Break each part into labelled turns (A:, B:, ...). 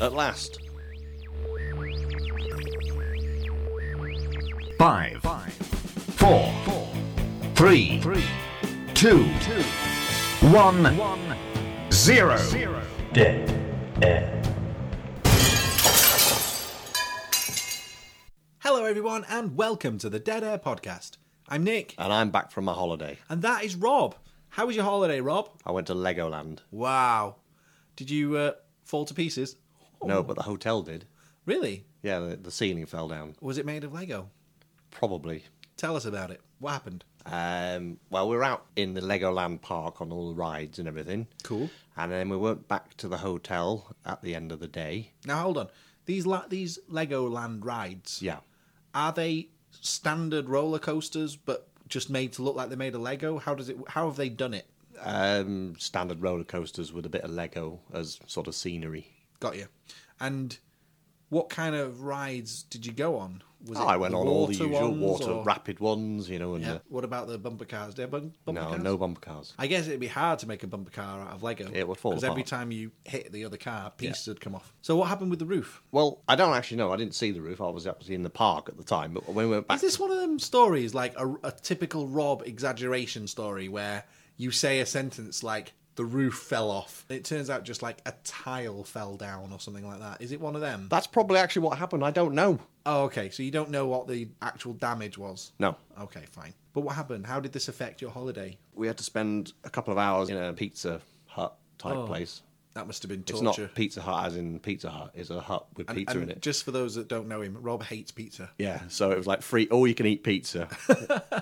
A: at last.
B: Five, four, three, two, one, zero.
C: Hello, everyone, and welcome to the Dead Air Podcast. I'm Nick,
A: And I'm back from my holiday.
C: and that is Rob. How was your holiday, Rob?
A: I went to Legoland.
C: Wow. Did you uh, fall to pieces?
A: No, but the hotel did.
C: Really?
A: Yeah, the, the ceiling fell down.
C: Was it made of Lego?
A: Probably.
C: Tell us about it. What happened?
A: Um, well, we were out in the Legoland park on all the rides and everything.
C: Cool.
A: And then we went back to the hotel at the end of the day.
C: Now, hold on. These la- these Legoland rides,
A: Yeah.
C: are they standard roller coasters, but just made to look like they're made of Lego? How does it? How have they done it?
A: Um, standard roller coasters with a bit of Lego as sort of scenery.
C: Got you. And what kind of rides did you go on? Was
A: Oh, I went
C: the
A: on all the
C: water
A: usual
C: ones
A: water
C: or-
A: rapid ones, you know, and
C: Yeah. What about the bumper cars? Do you have bum-
A: uh,
C: bumper
A: no,
C: cars?
A: no bumper cars.
C: I guess it'd be hard to make a bumper car out of Lego.
A: It would fall
C: Because every
A: apart.
C: time you hit the other car, pieces would come off. So what happened with the roof?
A: Well, I don't actually know. I didn't see the roof. I was actually in the park at the time. But when we went back,
C: Is this one of them stories, like a, a typical Rob exaggeration story, where you say a sentence like, the roof fell off. It turns out just like a tile fell down or something like that. Is it one of them?
A: that's probably actually what happened. I don't know.
C: Oh, okay. So you don't know what the actual damage was?
A: No.
C: Okay, fine. But what happened? How did this affect your holiday?
A: We had to spend a couple of hours in a pizza hut type place.
C: That must have been
A: It's
C: Oh, torture.
A: not Pizza Hut as in Pizza Hut. It's a hut with pizza
C: and
A: in it.
C: Just for those that don't know him, Rob hates pizza.
A: Yeah, so it was like free, all you can eat pizza,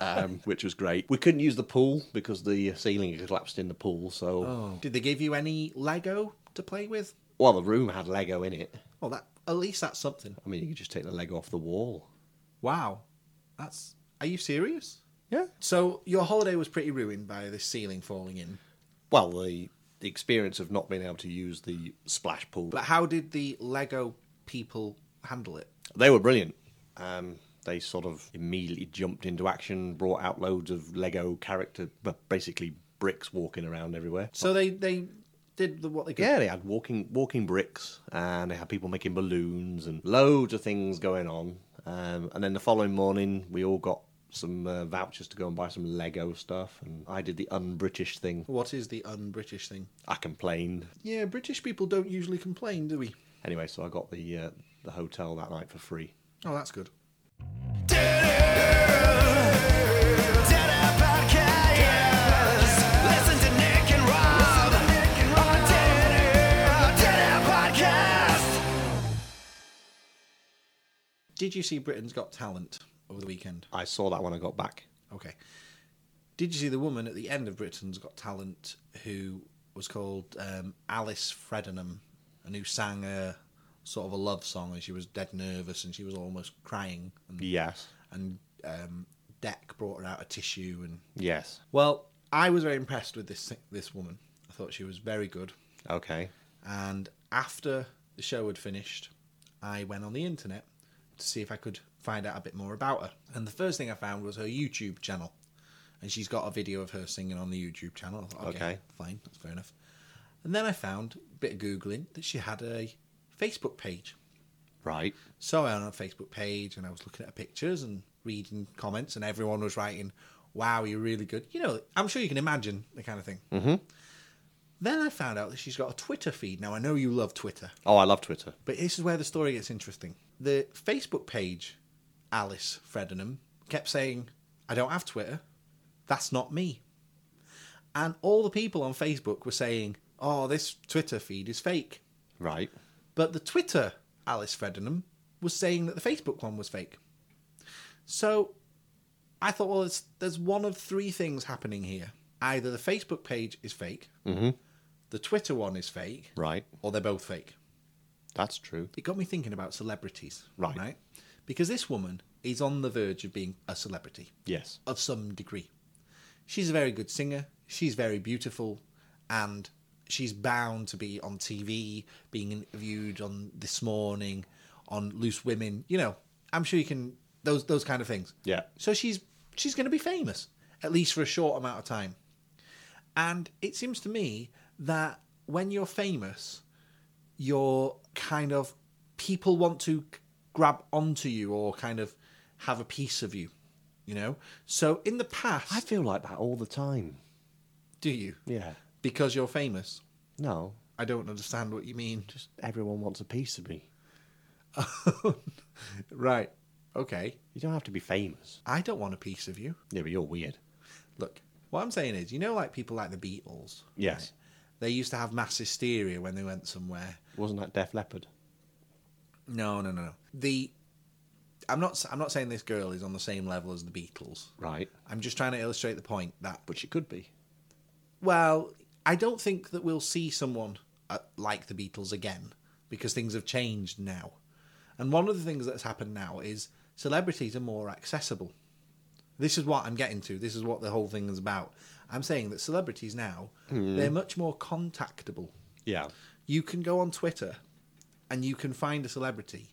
A: um, which was great. We couldn't use the pool because the ceiling had collapsed in the pool. So,
C: Did they give you any Lego to play with?
A: well, the room had Lego in it.
C: Well, that at least that's something.
A: I mean, you could just take the Lego off the wall.
C: Wow, that's. Are you serious?
A: Yeah.
C: So your holiday was pretty ruined by this ceiling falling in.
A: Well, the the experience of not being able to use the splash pool.
C: But how did the Lego people handle it?
A: They were brilliant. Um, they sort of immediately jumped into action, brought out loads of Lego character, but basically bricks walking around everywhere.
C: So they they did the, what they could.
A: Yeah, they had walking walking bricks, and they had people making balloons and loads of things going on. Um, and then the following morning, we all got some uh, vouchers to go and buy some Lego stuff, and I did the un-British thing.
C: What is the un-British thing?
A: I complained
C: Yeah, British people don't usually complain, do we?
A: anyway, so I got the uh, the hotel that night for free.
C: Oh, that's good. Did you see Britain's Got Talent over the weekend?
A: I saw that when I got back.
C: Okay. Did you see the woman at the end of Britain's Got Talent who was called um, Alice Fredenham and who sang a sort of a love song and she was dead nervous and she was almost crying and,
A: Yes,
C: and um, Deck brought her out a tissue and
A: yes,
C: well I was very impressed with this this woman I thought she was very good
A: okay.
C: and after the show had finished, I went on the internet to see if I could find out a bit more about her. And the first thing I found was her YouTube channel. And she's got a video of her singing on the YouTube channel. I thought, okay,
A: Okay.
C: fine, that's fair enough. And then I found, a bit of Googling, that she had a Facebook page.
A: Right.
C: So I went on her Facebook page and I was looking at her pictures and reading comments, and everyone was writing, Wow, you're really good. You know, I'm sure you can imagine the kind of thing. Mm-hmm. Then I found out that she's got a Twitter feed. Now, I know you love Twitter,
A: Oh, I love Twitter.
C: but this is where the story gets interesting. The Facebook page, Alice Fredenham, kept saying, I don't have Twitter. That's not me. And all the people on Facebook were saying, Oh, this Twitter feed is fake.
A: Right.
C: But the Twitter Alice Fredenham was saying that the Facebook one was fake. So I thought, well, it's, there's one of three things happening here. Either the Facebook page is fake, the Twitter one is fake,
A: Mm-hmm. Right.
C: or they're both fake.
A: That's true.
C: It got me thinking about celebrities,
A: Right.
C: right? Because this woman is on the verge of being a celebrity
A: Yes.
C: of some degree. She's a very good singer, she's very beautiful, and she's bound to be on TV, being interviewed on This Morning, on Loose Women, you know, I'm sure you can those those kind of things.
A: Yeah.
C: So she's she's gonna be famous, at least for a short amount of time. And it seems to me that when you're famous, your kind of people want to grab onto you or kind of have a piece of you, you know? So in the past,
A: I feel like that all the time.
C: do you?
A: Yeah.
C: Because you're famous.
A: No,
C: I don't understand what you mean. Just
A: everyone wants a piece of me.
C: right. Okay.
A: You don't have to be famous.
C: I don't want a piece of you.
A: Yeah, but you're weird.
C: Look, what I'm saying is, you know, like people like the Beatles.
A: Yes.
C: They used to have mass hysteria when they went somewhere.
A: Wasn't that Def Leppard?
C: No, no, no, no. The I'm not. I'm not saying this girl is on the same level as the Beatles.
A: Right.
C: I'm just trying to illustrate the point that.
A: But she could be.
C: Well, I don't think that we'll see someone uh, like the Beatles again because things have changed now. And one of the things that's happened now is celebrities are more accessible. This is what I'm getting to. This is what the whole thing is about. I'm saying that celebrities now they're much more contactable.
A: Yeah.
C: you can go on Twitter and you can find a celebrity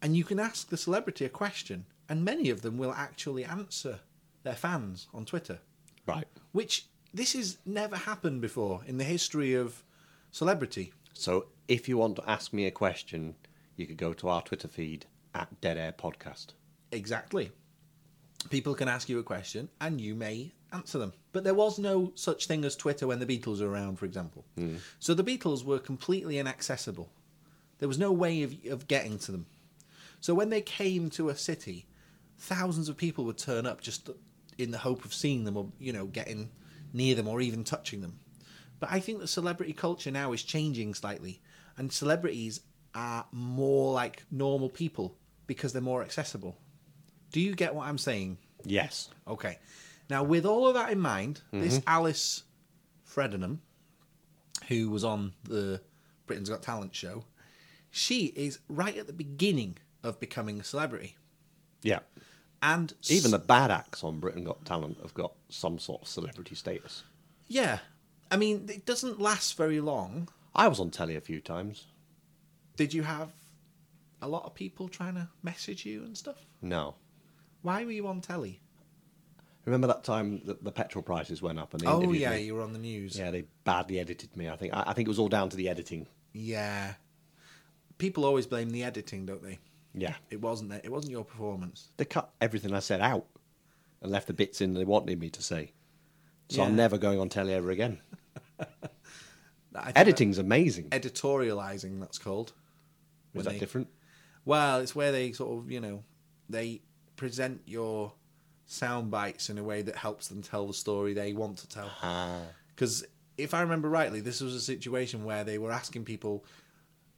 C: and you can ask the celebrity a question and many of them will actually answer their fans on Twitter
A: Right.
C: which this has never happened before in the history of celebrity
A: So if you want to ask me a question, you could go to our Twitter feed at Dead Air Podcast.
C: exactly people can ask you a question and you may answer them but there was no such thing as Twitter when the Beatles were around for example so the Beatles were completely inaccessible There was no way of, of getting to them. So when they came to a city, thousands of people would turn up just in the hope of seeing them or, you know, getting near them or even touching them. But I think that celebrity culture now is changing slightly, and celebrities are more like normal people because they're more accessible. Do you get what I'm saying?
A: Yes.
C: Okay. Now, with all of that in mind,
A: Mm-hmm.
C: this Alice Fredenham, who was on the Britain's Got Talent show, she is right at the beginning of becoming a celebrity.
A: Yeah.
C: And s-
A: Even the bad acts on Britain Got Talent have got some sort of celebrity status.
C: yeah, I mean, it doesn't last very long.
A: I was on telly a few times.
C: Did you have a lot of people trying to message you and stuff?
A: No.
C: Why were you on telly?
A: Remember that time that the petrol prices went up and they
C: Oh
A: interviewed
C: yeah,
A: me?
C: you were on the news.
A: Yeah, they badly edited me. I think I, I think it was all down to the editing.
C: yeah. People always blame the editing, don't they?
A: Yeah,
C: It wasn't that. It wasn't your performance.
A: they cut everything I said out and left the bits in they wanted me to say. So I'm
C: Yeah.
A: never going on telly ever again.
C: I think that-
A: Editing's amazing.
C: editorializing that's called
A: Is
C: when
A: that
C: they-
A: different?
C: well it's where they sort of you know they present your sound bites in a way that helps them tell the story they want to tell
A: Ah,
C: because if i remember rightly this was a situation where they were asking people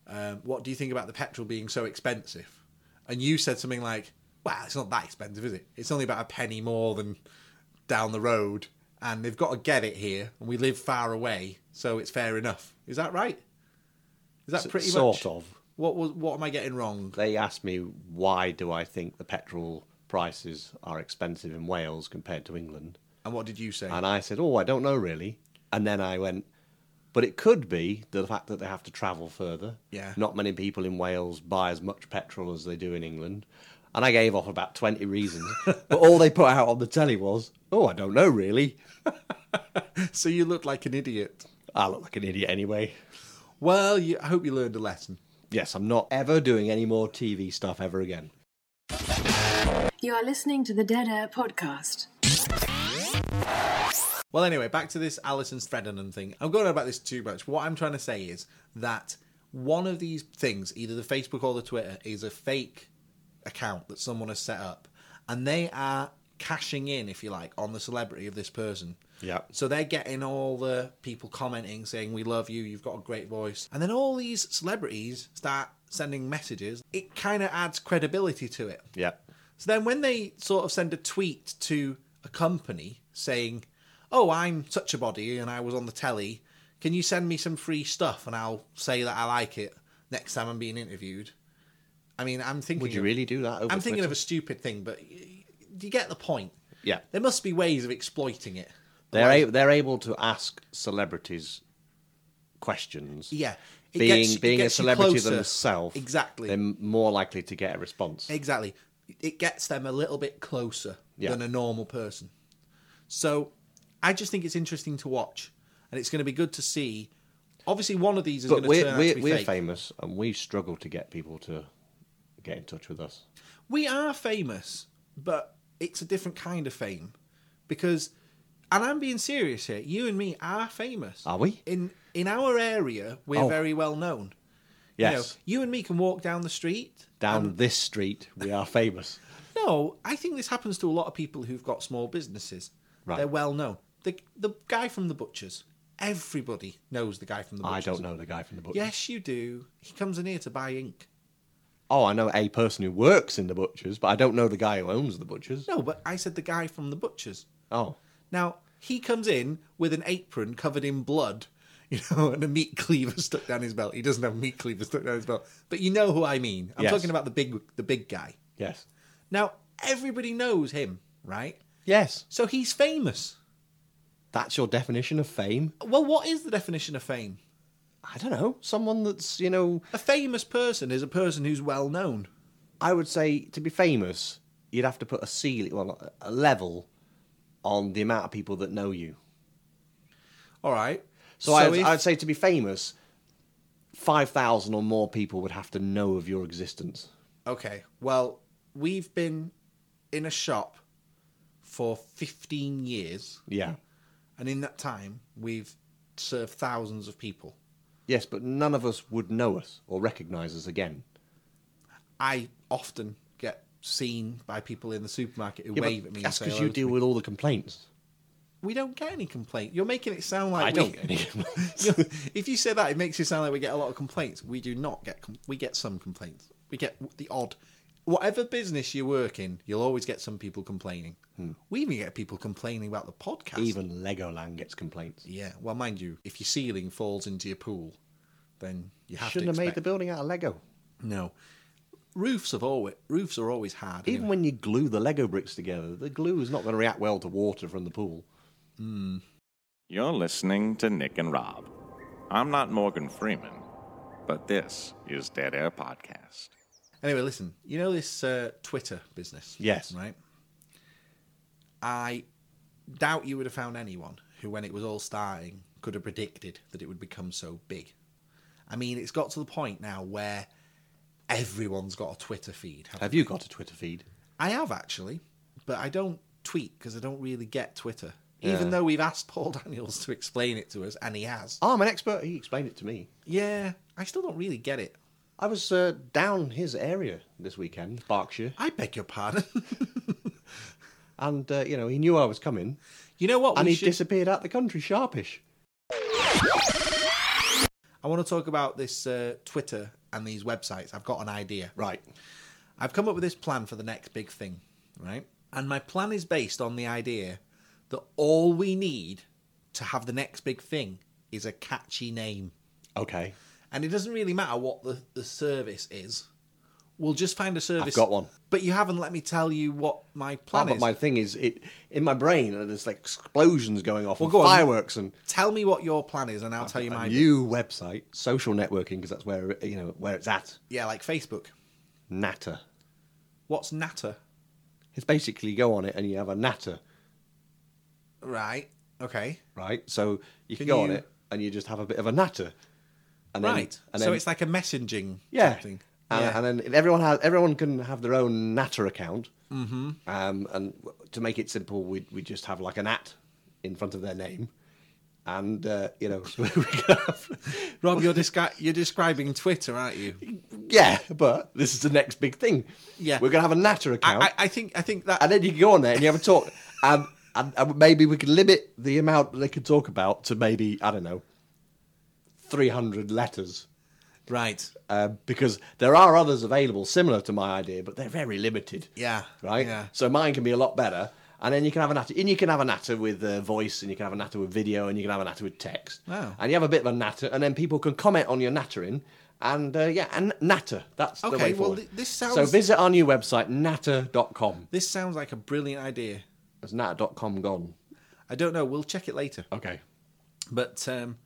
C: um, what do you think about the petrol being so expensive and you said something like well it's not that expensive is it it's only about a penny more than down the road and they've got to get it here and we live far away so it's fair enough is that right is that
A: S-
C: pretty
A: sort
C: much
A: of.
C: what was what am i getting wrong
A: They asked me why do I think the petrol prices are expensive in Wales compared to England,
C: and what did you say
A: and I said, "Oh, I don't know really." And then I went, "But it could be the fact that they have to travel further.
C: Yeah.
A: not many people in Wales buy as much petrol as they do in England." And I gave off about twenty reasons, but all they put out on the telly was, "Oh, I don't know really."
C: so you looked like an idiot
A: I look like an idiot anyway.
C: well you, i hope you learned a lesson
A: Yes, I'm not ever doing any more TV stuff ever again.
D: You are listening to the Dead Air Podcast.
C: Well, anyway, back to this Alison Freddenham thing. I'm going on about this too much. What I'm trying to say is that one of these things, either the Facebook or the Twitter, is a fake account that someone has set up, and they are cashing in, if you like, on the celebrity of this person.
A: Yeah.
C: So they're getting all the people commenting, saying, We love you, you've got a great voice. And then all these celebrities start sending messages. It kind of adds credibility to it.
A: Yeah,
C: So then when they sort of send a tweet to a company saying, Oh, I'm such a body and I was on the telly, can you send me some free stuff and I'll say that I like it next time I'm being interviewed? I mean, I'm thinking.
A: would you
C: of-
A: really do that? Over
C: I'm thinking of
A: Twitter?
C: a stupid thing, but y- you get the point.
A: Yeah.
C: There must be ways of exploiting it.
A: They're a- they're able to ask celebrities questions.
C: Yeah. It
A: being
C: gets- it
A: being a
C: gets you
A: celebrity
C: closer.
A: themselves,
C: Exactly.
A: they're more likely to get a response.
C: Exactly. It gets them a little bit closer
A: Yeah.
C: than a normal person. So I just think it's interesting to watch. And it's going to be good to see Obviously, one of these is going
A: But
C: to
A: we're
C: turn out
A: we're,
C: to be
A: we're
C: fake.
A: famous, and we struggle to get people to get in touch with us.
C: we are famous, but it's a different kind of fame because, and I'm being serious here. You and me are famous.
A: Are we?
C: in in our area? We're
A: Oh.
C: very well known. You, know,
A: Yes,
C: you and me can walk down the street.
A: down this street, we are famous.
C: No, I think this happens to a lot of people who've got small businesses.
A: Right.
C: They're well known. The the guy from the butchers. Everybody knows the guy from the
A: I
C: butchers.
A: don't know the guy from the butcher.
C: Yes, you do. He comes in here to buy ink.
A: Oh, I know a person who works in the butchers, but I don't know the guy who owns the butchers.
C: No, but I said the guy from the butchers.
A: Oh,
C: Now he comes in with an apron covered in blood, you know, and a meat cleaver stuck down his belt. He doesn't have a meat cleaver stuck down his belt, but you know who I mean. I'm
A: Yes.
C: talking about the big, the big guy.
A: yes,
C: Now everybody knows him, right?
A: yes.
C: So he's famous.
A: That's your definition of fame.
C: Well, what is the definition of fame?
A: I don't know. Someone that's you know,
C: A famous person is a person who's well known.
A: I would say to be famous, you'd have to put a ceiling, well, a level on the amount of people that know you.
C: All right.
A: So, I'd,
C: if-
A: I'd say to be famous, 5,000 or more people would have to know of your existence.
C: okay. Well, we've been in a shop for 15 years.
A: Yeah.
C: And in that time, we've served thousands of people.
A: Yes, but none of us would know us or recognize us again.
C: I often get seen by people in the supermarket who
A: Yeah, but
C: wave at me.
A: that's
C: because
A: because you deal with all the complaints.
C: We don't get any complaint. You're making it sound like
A: I
C: we-
A: don't get any complaints.
C: You- if you say that, it makes it sound like we get a lot of complaints. We do not get. Com- we get some complaints. We get the odd. Whatever business you work in, you'll always get some people complaining. We even get people complaining about the podcast.
A: Hmm. Even Legoland gets complaints.
C: yeah. Well, mind you, if your ceiling falls into your pool, then you have
A: Shouldn't
C: to
A: have made
C: expect
A: the building out of Lego.
C: No. Roofs have always roofs are always hard.
A: Even when you glue the Lego bricks together, the glue is not going to react well to water from the pool.
E: You're listening to Nick and Rob. I'm not Morgan Freeman, but this is Dead Air Podcast.
C: anyway, listen. You know this uh, Twitter business.
A: Yes.
C: Right. I doubt you would have found anyone who, when it was all starting, could have predicted that it would become so big. I mean, it's got to the point now where everyone's got a Twitter feed. haven't
A: Have you got a Twitter feed?
C: I have actually, but I don't tweet because I don't really get Twitter. Even though we've asked Paul Daniels to explain it to us, and he has.
A: Oh, I'm an expert. He explained it to me.
C: Yeah, I still don't really get it.
A: I was uh, down his area this weekend, Berkshire,
C: I beg your pardon.
A: and uh, you know he knew I was coming,
C: you know what?
A: and
C: we
A: he
C: should-
A: disappeared out the country sharpish.
C: I want to talk about this uh, Twitter and these websites. I've got an idea.
A: Right.
C: I've come up with this plan for the next big thing, right? And my plan is based on the idea that all we need to have the next big thing is a catchy name.
A: Okay.
C: And it doesn't really matter what the, the service is. We'll just find a service.
A: got one.
C: But you haven't let me tell you what my
A: Ah,
C: plan
A: but
C: is.
A: my thing is, it in my brain, uh, there's like explosions going off, and
C: go on.
A: fireworks, and
C: Tell me what your plan is, and I'll tell you
A: a
C: mine.
A: new website, social networking, because that's where you know where it's at.
C: Yeah, like Facebook.
A: Natter.
C: What's Natter?
A: It's basically you go on it and you have a natter,
C: Right. Okay.
A: right? So you can,
C: Can
A: go on
C: you-
A: it and you just have a bit of a natter, and then-
C: right.
A: and
C: so
A: then-
C: it's like a messaging
A: yeah.
C: type thing.
A: And,
C: yeah.
A: and then if everyone has everyone can have their own natter account. Mm-hmm. Um, and w- to make it simple, we we just have like an at in front of their name, and uh, you know, we can have-
C: Rob, you're, descri- you're describing Twitter, aren't you?
A: yeah. But this is the next big thing.
C: Yeah.
A: we're gonna have a natter account,
C: I, I, I think I think that
A: and then you can go on there and you have a talk. and, and, and maybe we can limit the amount they can talk about to maybe I don't know, three hundred letters.
C: right.
A: uh, because there are others available similar to my idea, but they're very limited.
C: Yeah,
A: Right.
C: yeah.
A: So mine can be a lot better, and then you can have an natter, and you can have a natter with uh, voice, and you can have a natter with video, and you can have a natter with text.
C: Wow.
A: And you have a bit of a natter, and then people can comment on your nattering. And uh, yeah, and natter. That's the
C: Okay,
A: way
C: well,
A: forward.
C: th- this
A: So
C: sounds-
A: visit our new website, natter.com.
C: This sounds like a brilliant idea.
A: Has natter.com gone?
C: I don't know. We'll check it later.
A: Okay.
C: But um,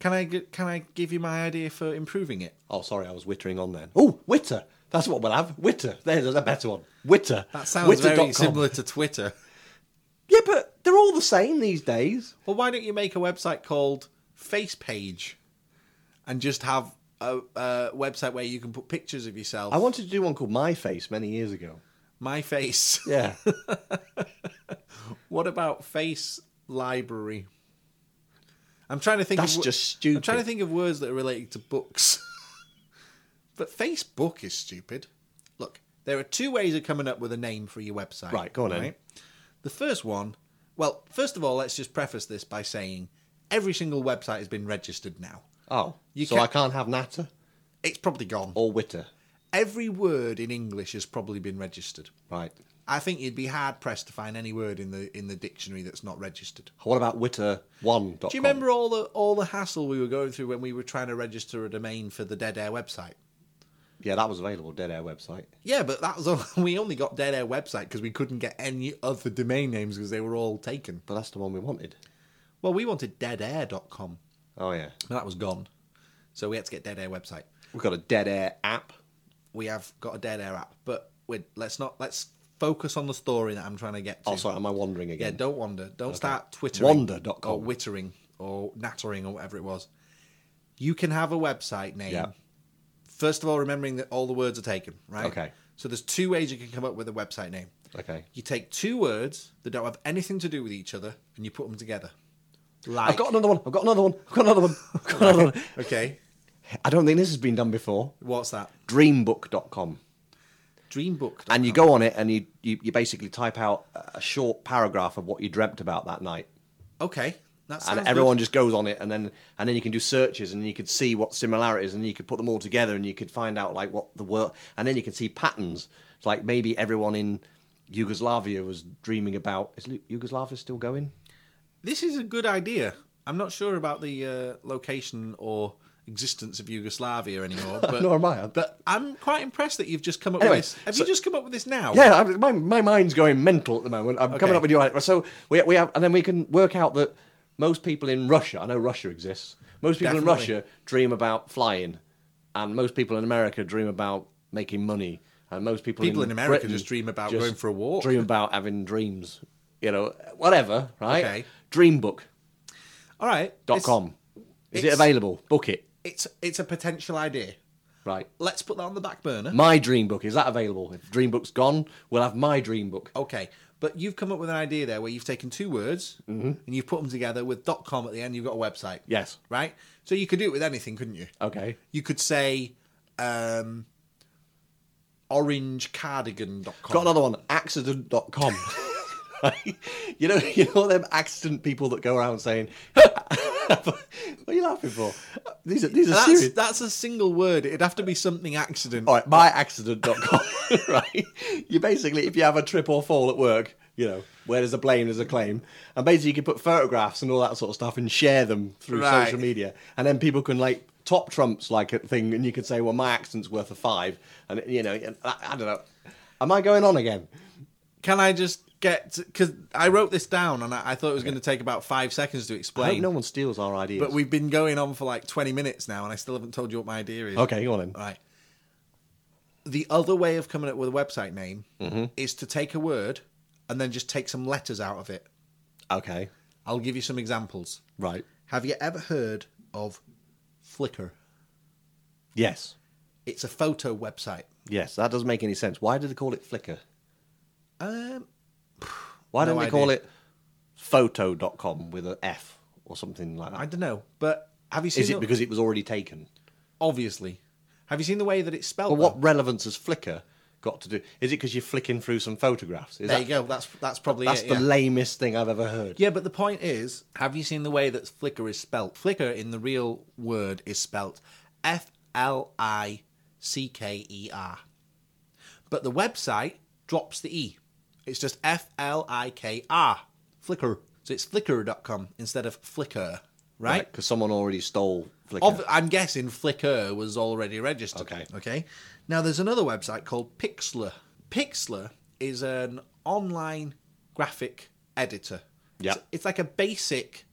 C: can I g- can I give you my idea for improving it?
A: Oh, sorry, I was wittering on then. Oh, witter. That's what we'll have. Witter. There's a better one. Witter.
C: That sounds very
A: Witter.com.
C: similar to Twitter.
A: Yeah, but they're all the same these days.
C: Well, why don't you make a website called Facepage? and just have a, a website where you can put pictures of yourself.
A: I wanted to do one called My Face many years ago.
C: My face.
A: Yeah.
C: What about face library? I'm trying to think.
A: That's
C: of, wo-
A: just
C: I'm trying to
A: stupid.
C: think of words that are related to books. but Facebook is stupid. Look, there are two ways of coming up with a name for your website.
A: Right, go on then.
C: The first one. Well, first of all, let's just preface this by saying every single website has been registered now.
A: Oh.
C: You
A: so
C: ca-
A: I can't have Natter
C: It's probably gone.
A: or Witter.
C: Every word in English has probably been registered.
A: Right.
C: I think you'd be hard pressed to find any word in the in the dictionary that's not registered.
A: What about Witter1.com?
C: Do you remember all the all the hassle we were going through when we were trying to register a domain for the Dead Air website?
A: Yeah, that was available, Dead Air website.
C: Yeah, but that was all, we only got Dead Air website because we couldn't get any other domain names because they were all taken.
A: But that's the one we wanted.
C: Well, we wanted deadair.com,
A: Oh, yeah.
C: but that was gone. So we had to get Dead Air website.
A: We've got a Dead Air app.
C: We have got a Dead Air app, but we let's not let's focus on the story that I'm trying to get to.
A: Oh, sorry, am I wandering
C: Yeah,
A: again?
C: don't wander. Don't start twittering.
A: Wander.com.
C: Or wittering or nattering or whatever it was. You can have a website name.
A: Yeah.
C: First of all, remembering that all the words are taken, right?
A: Okay.
C: So there's two ways you can come up with a website name.
A: Okay.
C: You take two words that don't have anything to do with each other and you put them together. Like,
A: I've got another one. I've got another one. I've got another one. I've got another one.
C: okay,
A: I don't think this has been done before.
C: what's that?
A: Dreambook.com.
C: Dreambook.
A: And you go on it and you, you, you basically type out a short paragraph of what you dreamt about that night.
C: Okay, that sounds
A: And
C: good.
A: everyone just goes on it and then and then you can do searches and you could see what similarities and you could put them all together and you could find out like what the world and then you can see patterns. It's like maybe everyone in Yugoslavia was dreaming about is Lu- Yugoslavia still going?
C: This is a good idea. I'm not sure about the uh, location or existence of Yugoslavia anymore, but
A: Nor am I.
C: But I'm quite impressed that you've just come up
A: Anyway,
C: with this. Have
A: so-
C: you just come up with this now?
A: Yeah, I'm, my my mind's going mental at the moment. I'm
C: Okay.
A: coming up with your idea. So we we have, and then we can work out that most people in Russia. I know Russia exists. Most people
C: Definitely.
A: in Russia dream about flying, and most people in America dream about making money, and most people
C: People
A: in
C: in America
A: Britain
C: just dream about
A: just
C: going for a walk.
A: dream about having dreams. You know, whatever, right?
C: Okay.
A: Dreambook.com.
C: All right. it's-
A: Is it
C: it's-
A: available? Book it.
C: It's it's a potential idea.
A: Right.
C: Let's put that on the back burner.
A: My Dreambook. Is that available? If Dreambook's gone, we'll have my Dreambook.
C: Okay, but you've come up with an idea there where you've taken two words and you've put them together with .com at the end. You've got a website.
A: Mm-hmm. Yes.
C: Right. So you could do it with anything, couldn't you?
A: Okay.
C: You could say um, orangecardigan.com.
A: Got another one, accident.com. you know, you know them accident people that go around saying, "What are you laughing for?" These are these are
C: That's,
A: serious.
C: that's a single word. It'd have to be something accident.
A: All right, myaccident.com. right, you basically if you have a trip or fall at work, you know where there's a blame, there's a claim, and basically you can put photographs and all that sort of stuff and share them through
C: Right.
A: social media, and then people can like top trumps like a thing, and you can say, "Well, my accident's worth a five. and you know, and I, I don't know. Am I going on again?
C: Can I just get because I wrote this down and I, I thought it was going to take about five seconds
A: I
C: to
A: hope
C: explain.
A: no one steals our ideas.
C: but we've been going on for like twenty minutes now, and I still haven't told you what my idea is.
A: okay, go on then. Uh,
C: right. The other way of coming up with a website name
A: Mm-hmm.
C: is to take a word and then just take some letters out of it.
A: Okay.
C: I'll give you some examples.
A: Right.
C: Have you ever heard of Flickr?
A: Yes.
C: It's a photo website.
A: Yes. That doesn't make any sense. Why do they call it Flickr?
C: Um,
A: Why
C: No
A: don't they call
C: idea.
A: it photo.com with an F or something like that?
C: I don't know, but have you seen?
A: Is
C: the-
A: it because it was already taken?
C: obviously? Have you seen the way that it's spelled?
A: But
C: though?
A: what relevance has Flickr got to do? Is it because you're flicking through some photographs? Is
C: There
A: that,
C: you go. That's that's probably
A: That's
C: it,
A: the
C: yeah.
A: lamest thing I've ever heard.
C: Yeah, but the point is, have you seen the way that Flickr is spelt? Flickr in the real word is spelt F L I C K E R. But the website drops the E. It's just F L I K R. Flickr. So it's flickr.com instead of Flickr, right?
A: Because someone already stole Flickr.
C: Ob- I'm guessing Flickr was already registered.
A: Okay.
C: Okay. Now there's another website called Pixlr. Pixlr is an online graphic editor.
A: Yeah.
C: It's, it's like a basic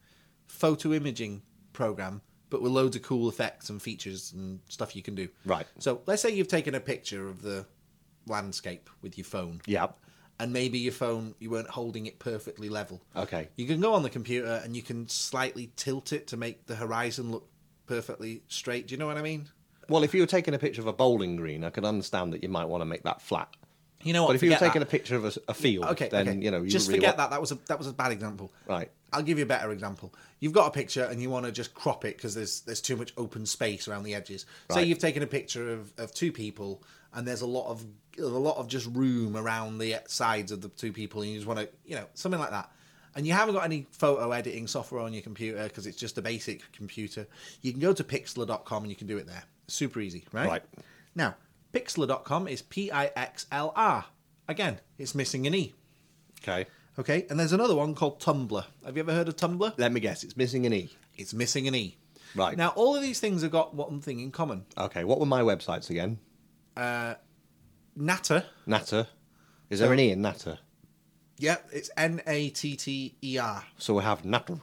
C: photo imaging program, but with loads of cool effects and features and stuff you can do.
A: Right.
C: So let's say you've taken a picture of the landscape with your phone.
A: yeah.
C: And maybe your phone, you weren't holding it perfectly level.
A: Okay.
C: You can go on the computer and you can slightly tilt it to make the horizon look perfectly straight. Do you know what I mean?
A: Well, if you were taking a picture of a bowling green, I could understand that you might want to make that flat.
C: You know what?
A: But if you were
C: forget
A: taking
C: that.
A: a picture of a, a field,
C: okay,
A: then
C: okay.
A: you know you
C: just
A: really
C: forget
A: want-
C: that. That was a that was a bad example.
A: Right.
C: I'll give you a better example. You've got a picture and you want to just crop it because there's there's too much open space around the edges. Say
A: Right.
C: you've taken a picture of, of two people and there's a lot of a lot of just room around the sides of the two people and you just want to you know something like that. And you haven't got any photo editing software on your computer because it's just a basic computer. You can go to pixlr.com and you can do it there. Super easy, right?
A: Right.
C: Now, pixlr.com is P I X L R. Again, it's missing an E.
A: Okay.
C: Okay, and there's another one called Tumblr. Have you ever heard of Tumblr?
A: Let me guess. It's missing an e.
C: It's missing an E.
A: Right.
C: Now, all of these things have got one thing in common.
A: Okay. What were my websites again?
C: Natter.
A: Natter. Is there an e in Natter?
C: Yeah, it's N A T T E R.
A: So we have Natter.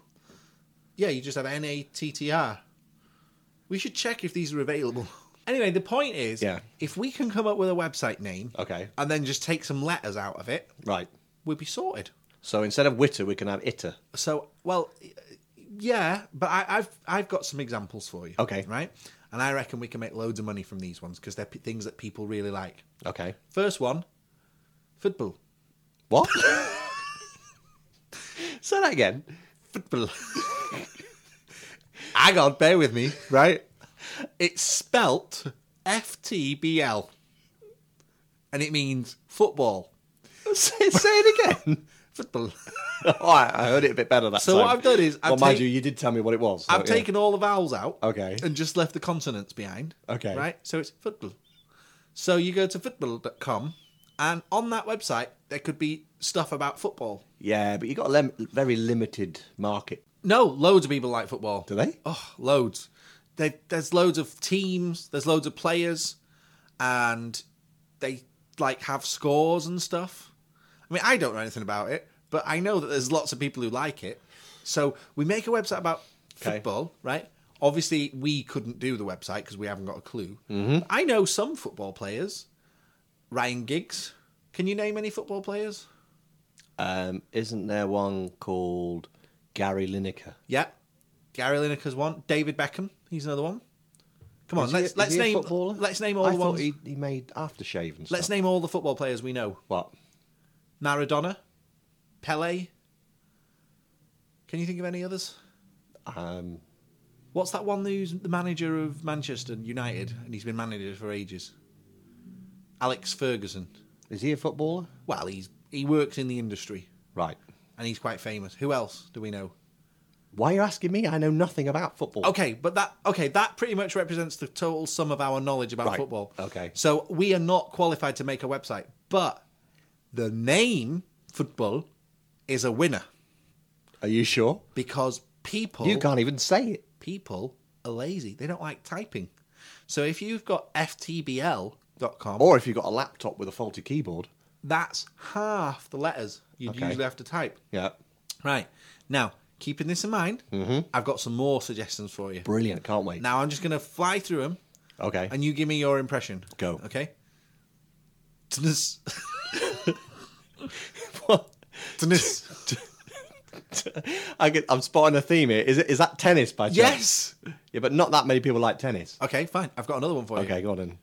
C: Yeah, you just have N A T T R. We should check if these are available. Anyway, the point is
A: Yeah.
C: if we can come up with a website name
A: Okay.
C: and then just take some letters out of it,
A: Right.
C: we'll be sorted.
A: So instead of Witter, we can have Itter.
C: So, well, yeah, but I, I've I've got some examples for you.
A: Okay.
C: right? And I reckon we can make loads of money from these ones because they're p- things that people really like.
A: Okay.
C: First one, football,
A: What? Say that again.
C: football. Hang on, bear with me.
A: Right.
C: It's spelt F T B L, and it means football.
A: say, say it again.
C: Football.
A: All right, I heard it a bit better that
C: So
A: time.
C: what I've done is
A: well,
C: I've
A: mind
C: take-
A: you, you did tell me what it was. so,
C: I've
A: yeah.
C: taken all the vowels out.
A: Okay.
C: And just left the consonants behind.
A: Okay.
C: Right? So it's football. So you go to football.com and on that website there could be stuff about football.
A: Yeah, but you got a lim- very limited market,
C: No, loads of people like football.
A: do they?
C: Oh, loads. They, there's loads of teams, there's loads of players and they like have scores and stuff. I mean, I don't know anything about it, but I know that there's lots of people who like it. So we make a website about
A: Okay.
C: football, right? Obviously, we couldn't do the website because we haven't got a clue.
A: Mm-hmm.
C: But I know some football players. Ryan Giggs. Can you name any football players?
A: Um, isn't there one called Gary Lineker?
C: Yeah. Gary Lineker's one. David Beckham. He's another one. Come on,
A: Is he a-
C: let's
A: is
C: let's
A: he a
C: name
A: footballer?
C: let's name all
A: I
C: the
A: thought
C: ones.
A: he, he made aftershave and stuff.
C: Let's name all the football players we know.
A: what?
C: Maradona, Pele. Can you think of any others?
A: Um,
C: What's that one who's the manager of Manchester United and he's been manager for ages? Alex Ferguson.
A: is he a footballer?
C: Well, he's he works in the industry
A: Right.
C: and he's quite famous. Who else do we know?
A: Why are you asking me? I know nothing about football.
C: Okay, but that okay, that pretty much represents the total sum of our knowledge about
A: Right,
C: football.
A: okay.
C: So we are not qualified to make a website, but the name football is a winner
A: Are you sure?
C: because people
A: You can't even say it.
C: people are lazy. They don't like typing. So if you've got ftbl.com,
A: Or if you've got a laptop with a faulty keyboard.
C: that's half the letters you'd
A: Okay.
C: usually have to type.
A: Yeah.
C: Right. Now, keeping this in mind,
A: Mm-hmm.
C: I've got some more suggestions for you.
A: Brilliant. Can't wait.
C: Now, I'm just going to fly through them
A: okay.
C: and you give me your impression.
A: Go.
C: Okay. Tennis.
A: I get, I'm spotting a theme here. Is it is that tennis by chance?
C: Yes.
A: Yeah, but not that many people like tennis.
C: Okay, fine. I've got another one for you.
A: Okay, go on then.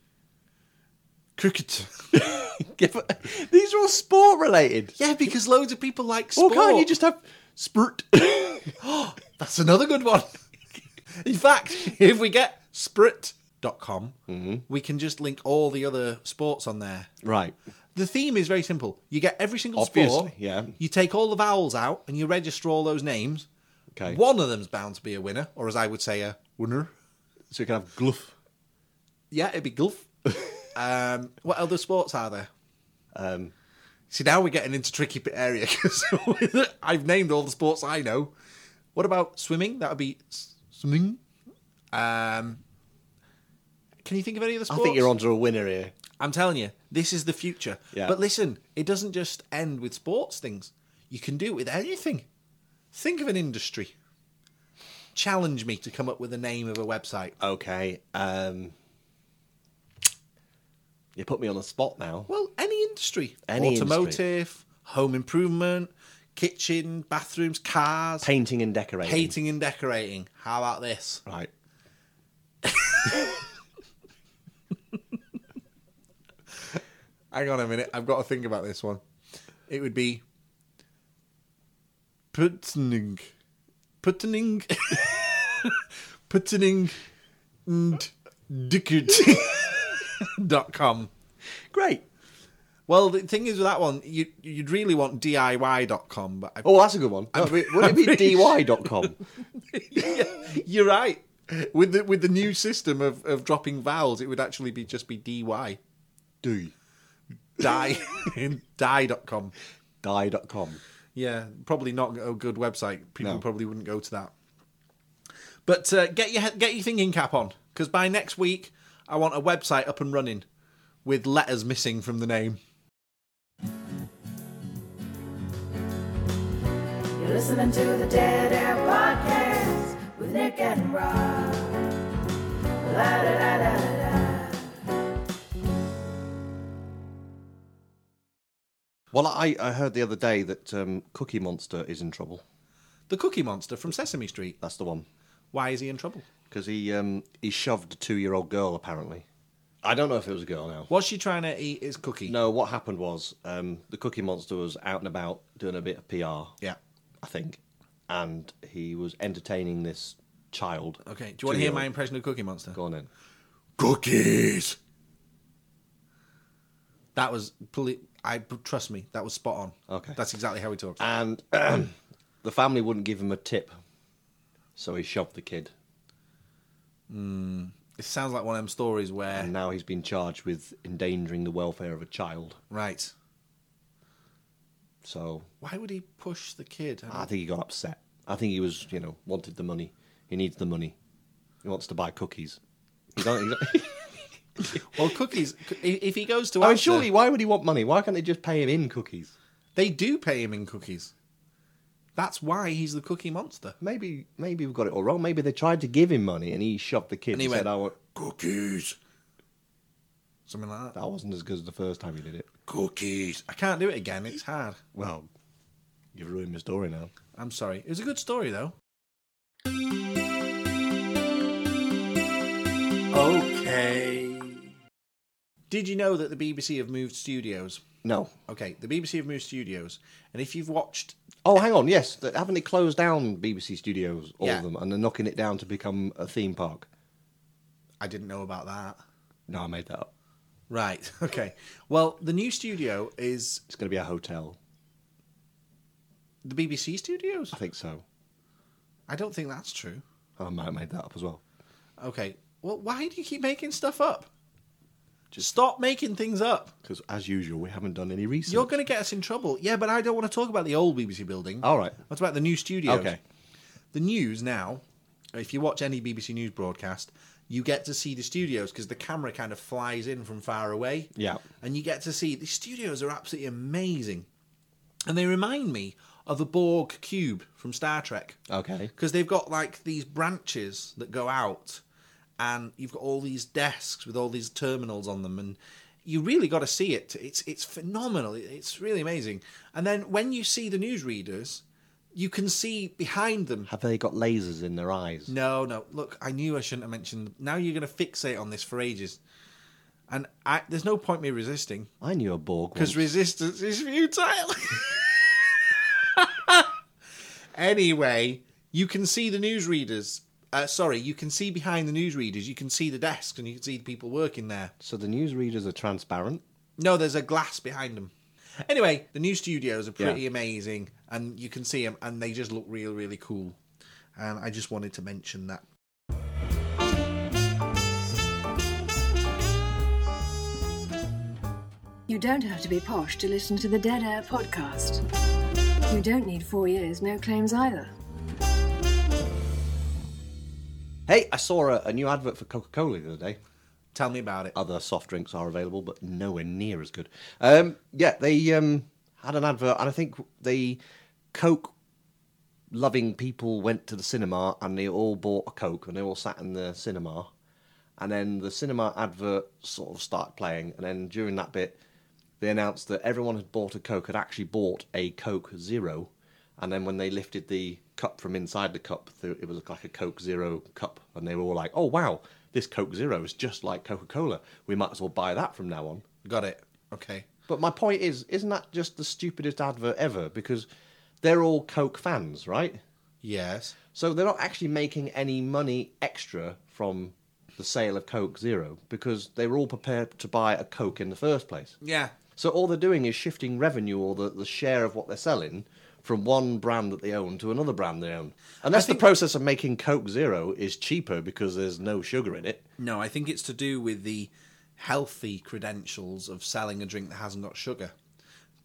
C: Cricket.
A: Give a- These are all sport related.
C: yeah, because loads of people like
A: Well,
C: sport.
A: can't you just have spurt?
C: That's another good one. In fact, if we get sprit.com,
A: Mm-hmm.
C: we can just link all the other sports on there.
A: right.
C: The theme is very simple. You get every single sport.
A: Obviously, yeah.
C: You take all the vowels out and you register all those names.
A: Okay.
C: One of them's bound to be a winner, or as I would say, a winner.
A: So you can have gluff.
C: Yeah, it'd be golf. um, what other sports are there?
A: Um,
C: See, now we're getting into tricky bit area because I've named all the sports I know. What about swimming? That would be s- swimming. Um, can you think of any other
A: I
C: sports?
A: think you're onto a winner here.
C: I'm telling you, this is the future.
A: Yeah.
C: But listen, it doesn't just end with sports things. You can do it with anything. Think of an industry. Challenge me to come up with a name of a website.
A: Okay. Um, you put me on the spot now.
C: Well, any industry.
A: Any
C: Automotive, home improvement, kitchen, bathrooms, cars,
A: Painting and decorating.
C: painting and decorating. How about this?
A: Right.
C: Hang on a minute. I've got to think about this one. It would be Putning. Putning. Putning. And Dickert. dot com.
A: Great.
C: Well, the thing is with that one, you, you'd really want DIY.com, but I,
A: Oh, that's a good one. would it, would it be dy.com?
C: you're right. With the with the new system of, of dropping vowels, it would actually be just be DY.
A: D.
C: Die. Die.com.
A: Die.com.
C: Yeah, probably not a good website. People
A: No.
C: probably wouldn't go to that. But uh, get your he- get your thinking cap on, because by next week I want a website up and running with letters missing from the name.
F: You're listening to the Dead Air Podcast with Nick and Rob. La da da da da.
A: Well, I, I heard the other day that um, Cookie Monster is in trouble.
C: The Cookie Monster from Sesame Street.
A: That's the one.
C: Why is he in trouble?
A: Because he, um, he shoved a two year old girl, apparently. I don't know if it was a girl now.
C: Was she trying to eat his cookie?
A: No, what happened was um, the Cookie Monster was out and about doing a bit of PR,
C: Yeah.
A: I think, and he was entertaining this child.
C: Okay. Do you want to hear my
A: Two-year-old.
C: impression of Cookie Monster?
A: Go on then.
C: Cookies. That was poli- I trust me. That was spot on.
A: Okay.
C: That's exactly how he talks.
A: And the family wouldn't give him a tip, so he shoved the kid.
C: it sounds like one of them stories where
A: And now he's been charged with endangering the welfare of a child.
C: right.
A: So
C: Why would he push the kid? I
A: I
C: don't-
A: think he got upset. I think he was, you know, wanted the money. He needs the money. He wants to buy cookies. He don't, he don't-
C: well, cookies. i- If he goes to,
A: I mean,
C: Asda,
A: surely, why would he want money? Why can't they just pay him in cookies?
C: they do pay him in cookies. That's why he's the cookie monster.
A: Maybe, maybe we've got it all wrong. Maybe they tried to give him money and he shoved the kid and,
C: he
A: said, "Oh,
C: went,
A: "I want
C: Cookies. Something like that.
A: that wasn't as good as the first time he did it."
C: Cookies. I can't do it again. It's hard.
A: Well, you've ruined my story now.
C: I'm sorry. It was a good story though.
A: Okay.
C: Did you know that the BBC have moved studios?
A: No.
C: Okay, the BBC have moved studios, and if you've watched,
A: Oh, hang on. Yes, that- haven't they closed down BBC Studios, all
C: Yeah.
A: of them, and they're knocking it down to become a theme park?
C: I didn't know about that.
A: No, I made that up.
C: Right. Okay. Well, the new studio is
A: It's going to be a hotel.
C: the BBC studios.
A: I think so.
C: I don't think that's true.
A: Oh, I might have made that up as well.
C: Okay. Well, why do you keep making stuff up? Just stop making things up.
A: Because as usual, we haven't done any research.
C: You're going to get us in trouble. Yeah, but I don't want to talk about the old BBC building.
A: All right.
C: What about the new studios?
A: Okay.
C: The news now, if you watch any BBC News broadcast, you get to see the studios because the camera kind of flies in from far away.
A: Yeah.
C: And you get to see the studios are absolutely amazing. And they remind me of a Borg cube from Star Trek.
A: Okay.
C: Because they've got like these branches that go out, and you've got all these desks with all these terminals on them, and you really got to see it. It's it's phenomenal. It- It's really amazing. And then when you see the newsreaders, you can see behind them.
A: Have they got lasers in their eyes?
C: No, no. Look, I knew I shouldn't have mentioned. Now you're going to fixate on this for ages, and I, there's no point me resisting
A: I knew a Borg.
C: because
A: Because
C: resistance is futile. anyway, you can see the newsreaders. Uh, sorry, you can see behind the newsreaders. You can see the desks and you can see the people working there.
A: so the newsreaders are transparent.
C: No, there's a glass behind them. Anyway, the new studios are pretty
A: Yeah.
C: amazing, and you can see them, and they just look real, really cool. And I just wanted to mention that.
D: You don't have to be posh to listen to the Dead Air podcast. You don't need four years, no claims either.
A: Hey, I saw a, a new advert for Coca Cola the other day.
C: Tell me about it.
A: Other soft drinks are available, but nowhere near as good. Um, yeah, they um, had an advert, and I think the Coke loving people went to the cinema and they all bought a Coke and they all sat in the cinema. And then the cinema advert sort of started playing. And then during that bit, they announced that everyone had bought a Coke, had actually bought a Coke Zero. And then when they lifted the cup from inside the cup, th- it was like a Coke Zero cup. And they were all like, oh, wow, this Coke Zero is just like Coca Cola. We might as well buy that from now on.
C: Got it. Okay.
A: But my point is, isn't that just the stupidest advert ever? Because they're all Coke fans, right?
C: Yes.
A: So they're not actually making any money extra from the sale of Coke Zero because they were all prepared to buy a Coke in the first place.
C: Yeah.
A: So all they're doing is shifting revenue or the, the share of what they're selling from one brand that they own to another brand they own. Unless
C: think-
A: the process of making Coke Zero is cheaper because there's no sugar in it.
C: No, I think it's to do with the healthy credentials of selling a drink that hasn't got sugar.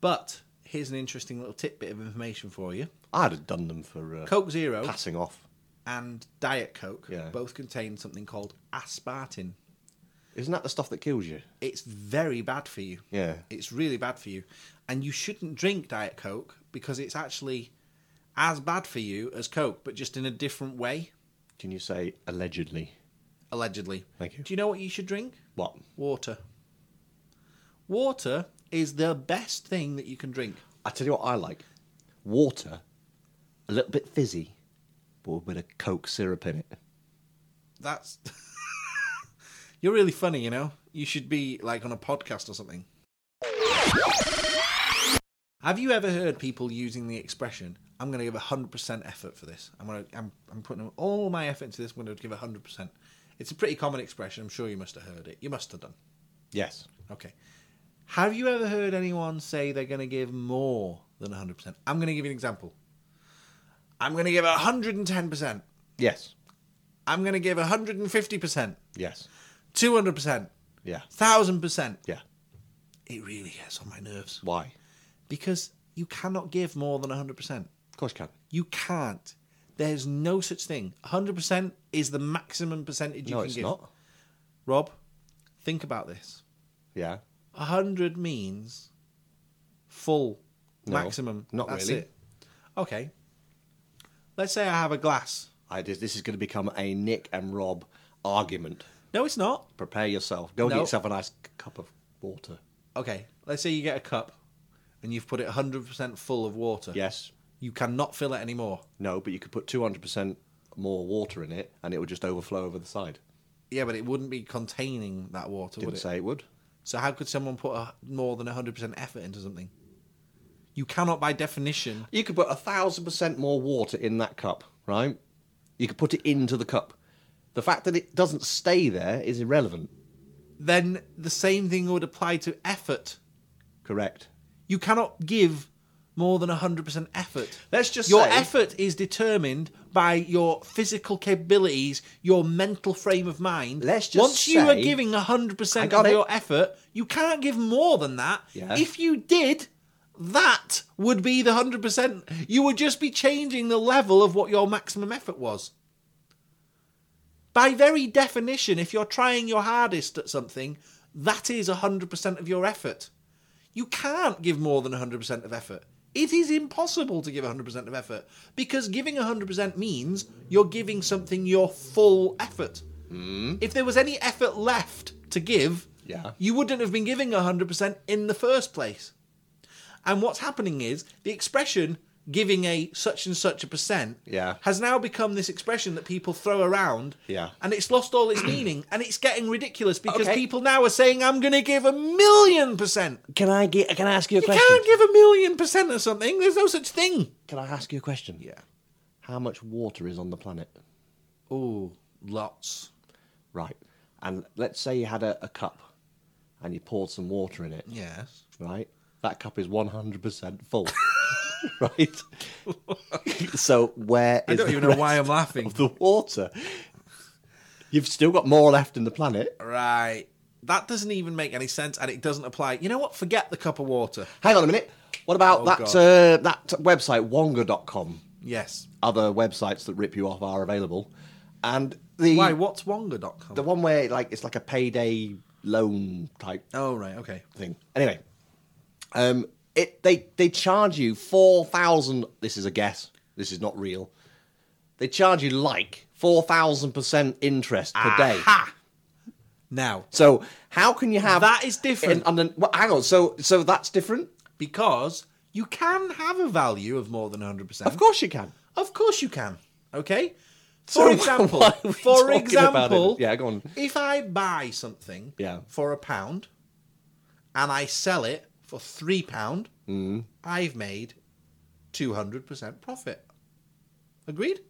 C: But here's an interesting little tidbit of information for you.
A: I'd have done them for uh,
C: Coke Zero
A: passing off.
C: and Diet Coke
A: Yeah.
C: both contain something called aspartame.
A: Isn't that the stuff that kills you?
C: It's very bad for you.
A: Yeah.
C: It's really bad for you. And you shouldn't drink Diet Coke because it's actually as bad for you as Coke, but just in a different way,
A: Can you say allegedly?
C: allegedly.
A: Thank you.
C: Do you know what you should drink?
A: What?
C: Water. Water is the best thing that you can drink.
A: I tell you what I like. Water, a little bit fizzy, but with a bit of Coke syrup in it.
C: That's. You're really funny, you know? You should be like on a podcast or something. Have you ever heard people using the expression, I'm going to give 100% effort for this? I'm, going to, I'm, I'm putting all my effort into this, I'm going to give 100%. It's a pretty common expression. I'm sure you must have heard it. You must have done.
A: Yes.
C: Okay. Have you ever heard anyone say they're going to give more than 100%? I'm going to give you an example. I'm going to give 110%.
A: Yes.
C: I'm going to give 150%,
A: Yes.
C: 200%,
A: Yeah.
C: 1000%.
A: Yeah.
C: It really gets on my nerves
A: Why?
C: because you cannot give more than 100%.
A: Of course you can.
C: You can't. There's no such thing. 100% is the maximum percentage you
A: no,
C: can
A: it's
C: give.
A: not.
C: Rob, think about this.
A: Yeah.
C: 100 means full
A: No,
C: maximum.
A: not
C: That's
A: really.
C: It. Okay. Let's say I have a glass.
A: I, this, this is going to become a Nick and Rob argument.
C: No, it's not.
A: Prepare yourself. Go and get
C: No.
A: yourself a nice c- cup of water.
C: Okay. Let's say you get a cup and you've put it 100% full of water.
A: Yes.
C: You cannot fill it anymore.
A: No, but you could put 200% more water in it and it would just overflow over the side.
C: Yeah, but it wouldn't be containing that water,
A: Didn't
C: would it?
A: say it would.
C: So how could someone put a, more than 100% effort into something? You cannot, by definition.
A: You could put a thousand percent more water in that cup, right? You could put it into the cup. The fact that it doesn't stay there is irrelevant.
C: Then the same thing would apply to effort.
A: Correct.
C: You cannot give more than 100% effort.
A: Let's just
C: Your
A: say-
C: effort is determined by your physical capabilities, your mental frame of mind.
A: Let's just
C: Once you are
A: say-
C: giving
A: I
C: 100%
A: got
C: of
A: it.
C: your effort, you can't give more than that.
A: Yeah.
C: If you did, that would be the 100%. You would just be changing the level of what your maximum effort was. By very definition, if you're trying your hardest at something, that is 100% of your effort. You can't give more than 100% of effort. It is impossible to give 100% of effort because giving 100% means you're giving something your full effort. If there was any effort left to give,
A: Hmm. Yeah.
C: you wouldn't have been giving 100% in the first place. And what's happening is the expression giving a such and such a percent
A: Yeah.
C: has now become this expression that people throw around
A: Yeah.
C: and it's lost all its meaning and it's getting ridiculous because
A: Okay.
C: people now are saying I'm going to give a million percent.
A: Can I get? Can I ask you a
C: You can't give a million percent of something. There's no such thing.
A: Can I ask you a question?
C: Yeah.
A: How much water is on the planet?
C: Oh, lots.
A: Right. And let's say you had a, a cup and you poured some water in it.
C: Yes.
A: Right. That cup is one hundred percent full. right. so where is
C: I don't
A: the
C: even know why
A: rest
C: I'm laughing.
A: of the water? You've still got more left in the planet.
C: Right. That doesn't even make any sense and it doesn't apply. You know what? Forget the cup of water.
A: Hang on a minute. What about
C: Oh,
A: that
C: God.
A: uh, that website wonga.com?
C: Yes.
A: Other websites that rip you off are available. And the
C: Why? What's wonga.com?
A: the one where like it's like a payday loan type
C: oh, right. Okay.
A: thing. Anyway, um, it they they charge you four thousand. This is a guess. This is not real. They charge you like four thousand percent interest per day.
C: Ha! Now,
A: So how can you have
C: That is different.
A: in- And then, well, hang on. So so that's different.
C: because you can have a value of more than 100%.
A: Of course you can.
C: Of course you can. Okay? For example,
A: why are we
C: for
A: talking about it?
C: example,
A: Yeah, go on.
C: If I buy something
A: Yeah.
C: for a pound and I sell it for three pound,
A: Mm.
C: I've made two hundred percent profit. Agreed?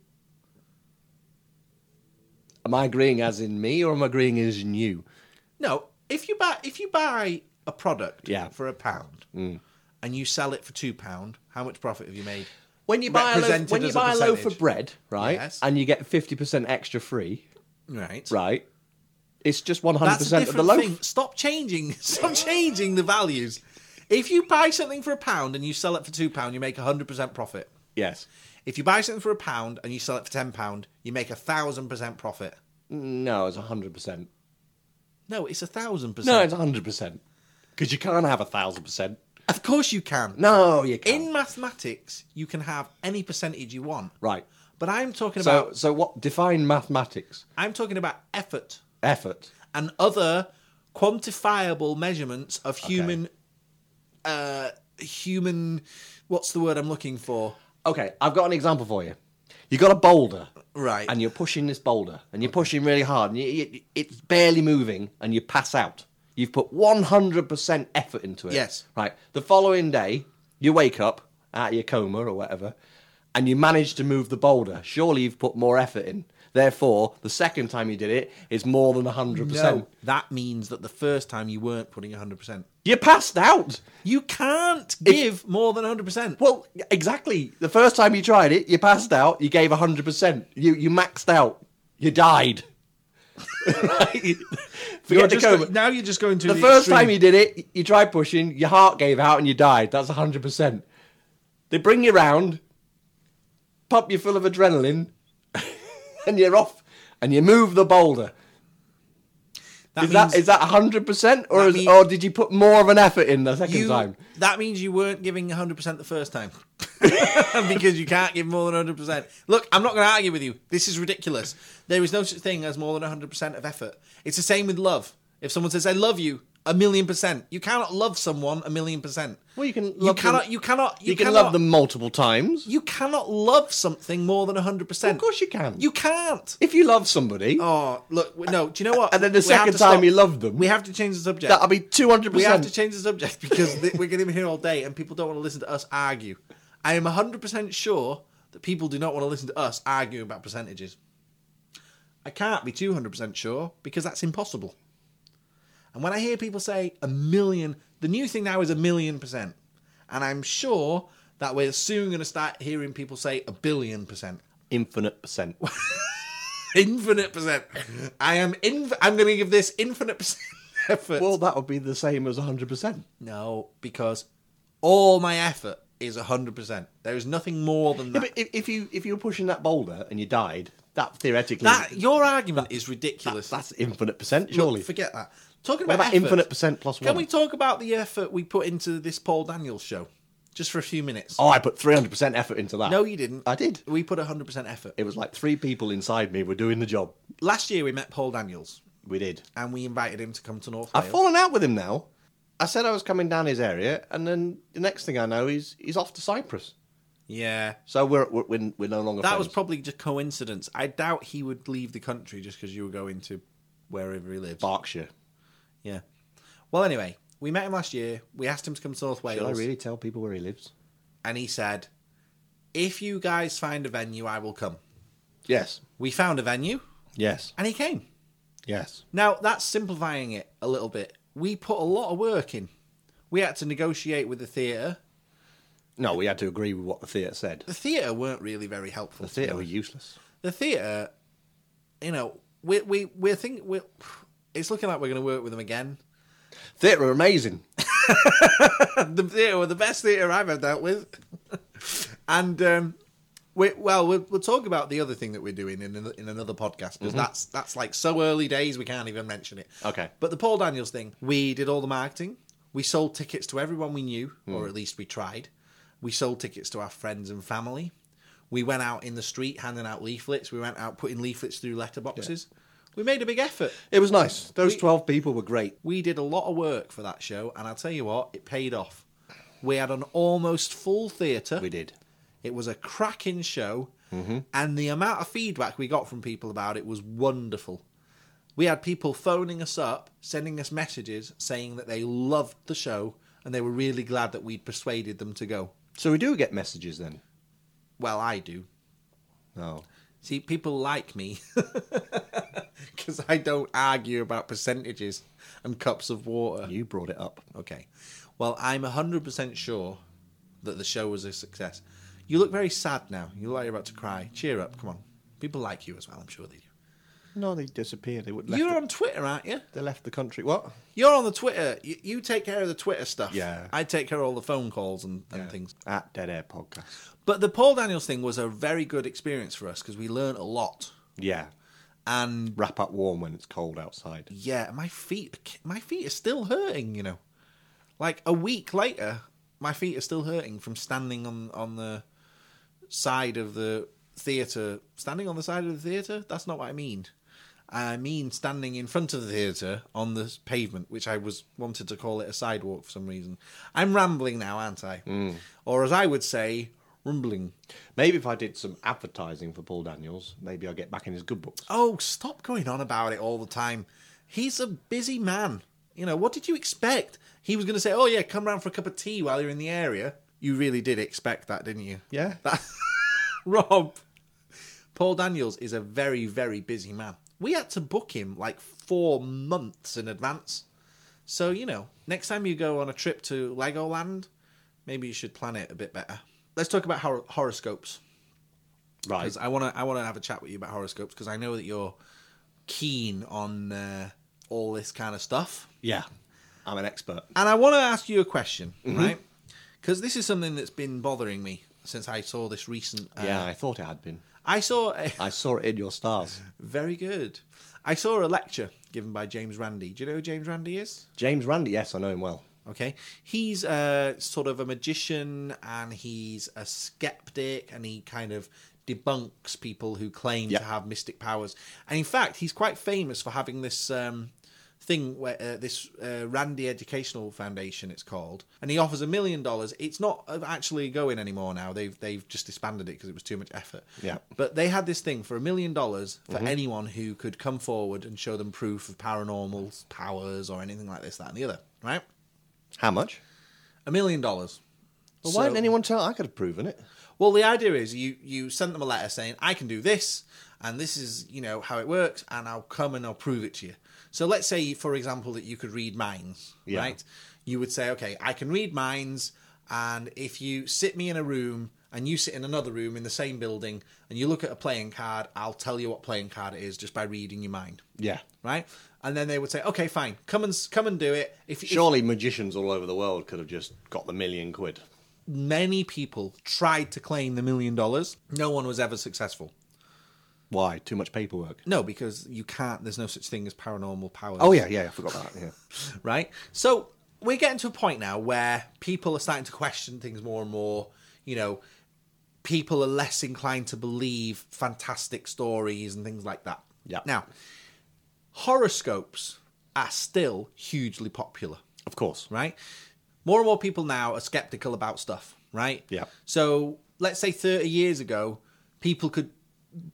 A: Am I agreeing as in me or am I agreeing as in you?
C: No, if you buy if you buy a product
A: Yeah. Mm.
C: for a pound and you sell it for two pound, how much profit have you made?
A: When you buy a loaf,
C: Represented
A: when you
C: as a
A: buy a loaf
C: percentage.
A: of bread, right,
C: Yes.
A: and you get fifty percent extra free,
C: Right.
A: right, it's just one hundred
C: That's a
A: percent
C: different
A: of the loaf.
C: thing. Stop changing. Stop changing the values. If you buy something for a pound and you sell it for two pound, you make hundred percent profit.
A: Yes.
C: If you buy something for a pound and you sell it for ten pound, you make a thousand percent profit.
A: No, it's hundred percent.
C: No, it's a thousand
A: No,
C: percent.
A: it's hundred percent. Because you can't have a thousand percent.
C: of course you can.
A: No, you can't.
C: In mathematics, you can have any percentage you want.
A: Right.
C: But I'm talking
A: So,
C: about
A: so what? Define mathematics.
C: I'm talking about effort
A: Effort.
C: and other quantifiable measurements of human uh human what's the word I'm looking for?
A: Okay, I've got an example for you. You got a boulder,
C: Right.
A: And you're pushing this boulder, and you're pushing really hard, and you, you, it's barely moving, and you pass out. You've put 100% effort into it.
C: Yes.
A: Right. The following day, you wake up out of your coma or whatever, and you manage to move the boulder. Surely you've put more effort in. Therefore, the second time you did it is more than 100%.
C: No, that means that the first time you weren't putting 100%.
A: You passed out.
C: You can't give more than 100%.
A: Well, exactly. The first time you tried it, you passed out. You gave hundred percent. You you maxed out. You died. Right?
C: You're
A: Forget the
C: just
A: coma.
C: go- now you're just going to
A: the first
C: extreme.
A: time you did it, you tried pushing. Your heart gave out, and you died. That's hundred percent. They bring you round, pop you full of adrenaline, and you're off. And you move the boulder.
C: that
A: Is that
C: means
A: is that hundred percent, or
C: That
A: is,
C: means-
A: or did you put more of an effort in the second
C: you,
A: time?
C: That means you weren't giving 100% the first time. because you can't give more than 100%. Look, I'm not going to argue with you. This is ridiculous. There is no such thing as more than 100% of effort. It's the same with love. If someone says, I love you, a million percent. You cannot love someone a million percent.
A: Well, you can
C: You
A: love them-
C: cannot. You cannot. You,
A: You, can
C: cannot-
A: love them multiple times.
C: You cannot love something more than 100%.
A: Of course you can.
C: You can't.
A: If you love somebody,
C: Oh, look, w- no, do you know what?
A: And then the
C: We have
A: second
C: to
A: time
C: stop.
A: you loved them.
C: We have to change the subject.
A: that'll be 200%.
C: we have to change the subject because th- we're going to be here all day and people don't want to listen to us argue. I am 100% sure that people do not want to listen to us argue about percentages. I can't be 200% sure because that's impossible. And when I hear people say a million, the new thing now is a million percent. And I'm sure that we're soon going to start hearing people say a billion percent
A: Infinite percent.
C: infinite percent. I am in. I'm going to give this infinite percent effort.
A: well, that would be the same as 100%.
C: no, because all my effort is hundred percent. There is nothing more than
A: Yeah,
C: that.
A: but if, if you if you were pushing that boulder and you died, that theoretically
C: that your argument is ridiculous.
A: that's infinite percent,
C: Look,
A: surely.
C: forget that. Talking
A: What
C: about,
A: about
C: effort,
A: infinite percent plus
C: Can
A: one?
C: we talk about the effort we put into this Paul Daniels show, just for a few minutes?
A: oh, I put 300% effort into that.
C: No, you didn't.
A: I did.
C: We put hundred percent effort.
A: It was like three people inside me were doing the job.
C: Last year we met Paul Daniels
A: We did.
C: and we invited him to come to North Wales.
A: I've fallen out with him now. I said I was coming down his area, and then the next thing I know, he's he's off to Cyprus.
C: yeah,
A: So we're we're, we're, we're no longer.
C: That was
A: friends.
C: probably just coincidence. I doubt he would leave the country just because you were going to wherever he lives.
A: Berkshire.
C: Yeah. Well, anyway, we met him last year. We asked him to come to North Wales,
A: Should I really tell people where he lives?
C: and he said, "If you guys find a venue, I will come."
A: Yes.
C: We found a venue,
A: Yes.
C: and he came.
A: Yes.
C: Now that's simplifying it a little bit. We put a lot of work in. We had to negotiate with the theatre.
A: No, we had to agree with what the theatre said.
C: The theatre weren't really very helpful.
A: The
C: to be
A: theatre were
C: honest.
A: useless.
C: the theatre, you know, we we we're thinking we. It's looking like we're going to work with them again.
A: Theatre were amazing.
C: the theatre were the best theatre I've ever dealt with. and um, we, well, we'll we'll talk about the other thing that we're doing in an- in another podcast because that's that's like so early days we can't even mention it.
A: Okay.
C: But the Paul Daniels thing, we did all the marketing. We sold tickets to everyone we knew, or at least we tried. We sold tickets to our friends and family. We went out in the street handing out leaflets. We went out putting leaflets through letterboxes. We made a big effort.
A: It was nice. Those
C: We-
A: 12 people were great.
C: We did a lot of work for that show, and I'll tell you what, it paid off. We had an almost full theatre.
A: We did.
C: It was a cracking show, And the amount of feedback we got from people about it was wonderful. We had people phoning us up, sending us messages saying that they loved the show and they were really glad that we'd persuaded them to go.
A: So we do get messages then.
C: Well, I do.
A: Oh.
C: See, people like me because I don't argue about percentages and cups of water.
A: You brought it up.
C: Okay. Well, I'm 100% sure that the show was a success. You look very sad now. You look like you're about to cry. Cheer up. Come on. People like you as well. I'm sure they do.
A: No, they disappeared. They would left
C: You're
A: the,
C: on Twitter, aren't you?
A: they left the country. What?
C: You're on the Twitter. You, you take care of the Twitter stuff.
A: Yeah.
C: I take care of all the phone calls and, and things.
A: At Dead Air Podcast.
C: But the Paul Daniels thing was a very good experience for us because we learned a lot.
A: Yeah.
C: And
A: Wrap up warm when it's cold outside.
C: yeah, my feet, my feet are still hurting. You know, like a week later, my feet are still hurting from standing on on the side of the theater. Standing on the side of the theater? That's not what I mean. I mean standing in front of the theater on the pavement, which I was wanted to call it a sidewalk for some reason. I'm rambling now, aren't I? Or as I would say, rumbling.
A: Maybe if I did some advertising for Paul Daniels, maybe I'll get back in his good books.
C: Oh, stop going on about it all the time. He's a busy man. You know, what did you expect? He was going to say, oh, yeah, come round for a cup of tea while you're in the area. You really did expect that, didn't you?
A: Yeah.
C: Rob, Paul Daniels is a very, very busy man. We had to book him like four months in advance. So, you know, next time you go on a trip to Legoland, maybe you should plan it a bit better. Let's talk about hor- horoscopes.
A: right.
C: Because I want to, I want to have a chat with you about horoscopes because I know that you're keen on uh, all this kind of stuff,
A: yeah. I'm an expert.
C: and I want to ask you a question, right? Because this is something that's been bothering me since I saw this recent. Uh,
A: yeah, I thought it had been.
C: I saw a,
A: I saw it in your stars.
C: very good. I saw a lecture given by James Randi. Do you know who James Randi is?
A: James Randi, yes, I know him well.
C: Okay. He's uh, sort of a magician and he's a skeptic and he kind of debunks people who claim
A: Yeah.
C: to have mystic powers. And in fact, he's quite famous for having this um, thing where uh, this uh, Randy Educational Foundation it's called and he offers a million dollars. It's not uh, actually going anymore now. They've they've just disbanded it because it was too much effort.
A: Yeah. Mm-hmm.
C: But they had this thing for a million dollars for anyone who could come forward and show them proof of paranormal powers or anything like this that and the other, right?
A: How much?
C: a million dollars.
A: Well, why didn't
C: So-
A: anyone tell? I could have proven it.
C: Well, the idea is you you send them a letter saying I can do this, and this is you know how it works, and I'll come and I'll prove it to you. So let's say, for example, that you could read minds,
A: Yeah.
C: right? You would say, okay, I can read minds, and if you sit me in a room and you sit in another room in the same building and you look at a playing card, I'll tell you what playing card it is just by reading your mind,
A: Yeah.
C: right? And then they would say, okay, fine, come and s- come and do it. If, if
A: Surely magicians all over the world could have just got the million quid.
C: many people tried to claim the million dollars. No one was ever successful.
A: Why? Too much paperwork.
C: No, because you can't. There's no such thing as paranormal powers.
A: Oh yeah, yeah, I forgot that. Yeah.
C: right. So we're getting to a point now where people are starting to question things more and more. You know, people are less inclined to believe fantastic stories and things like that.
A: Yeah.
C: Now, horoscopes are still hugely popular.
A: Of course.
C: right? More and more people now are skeptical about stuff, right?
A: Yeah.
C: So let's say 30 years ago, people could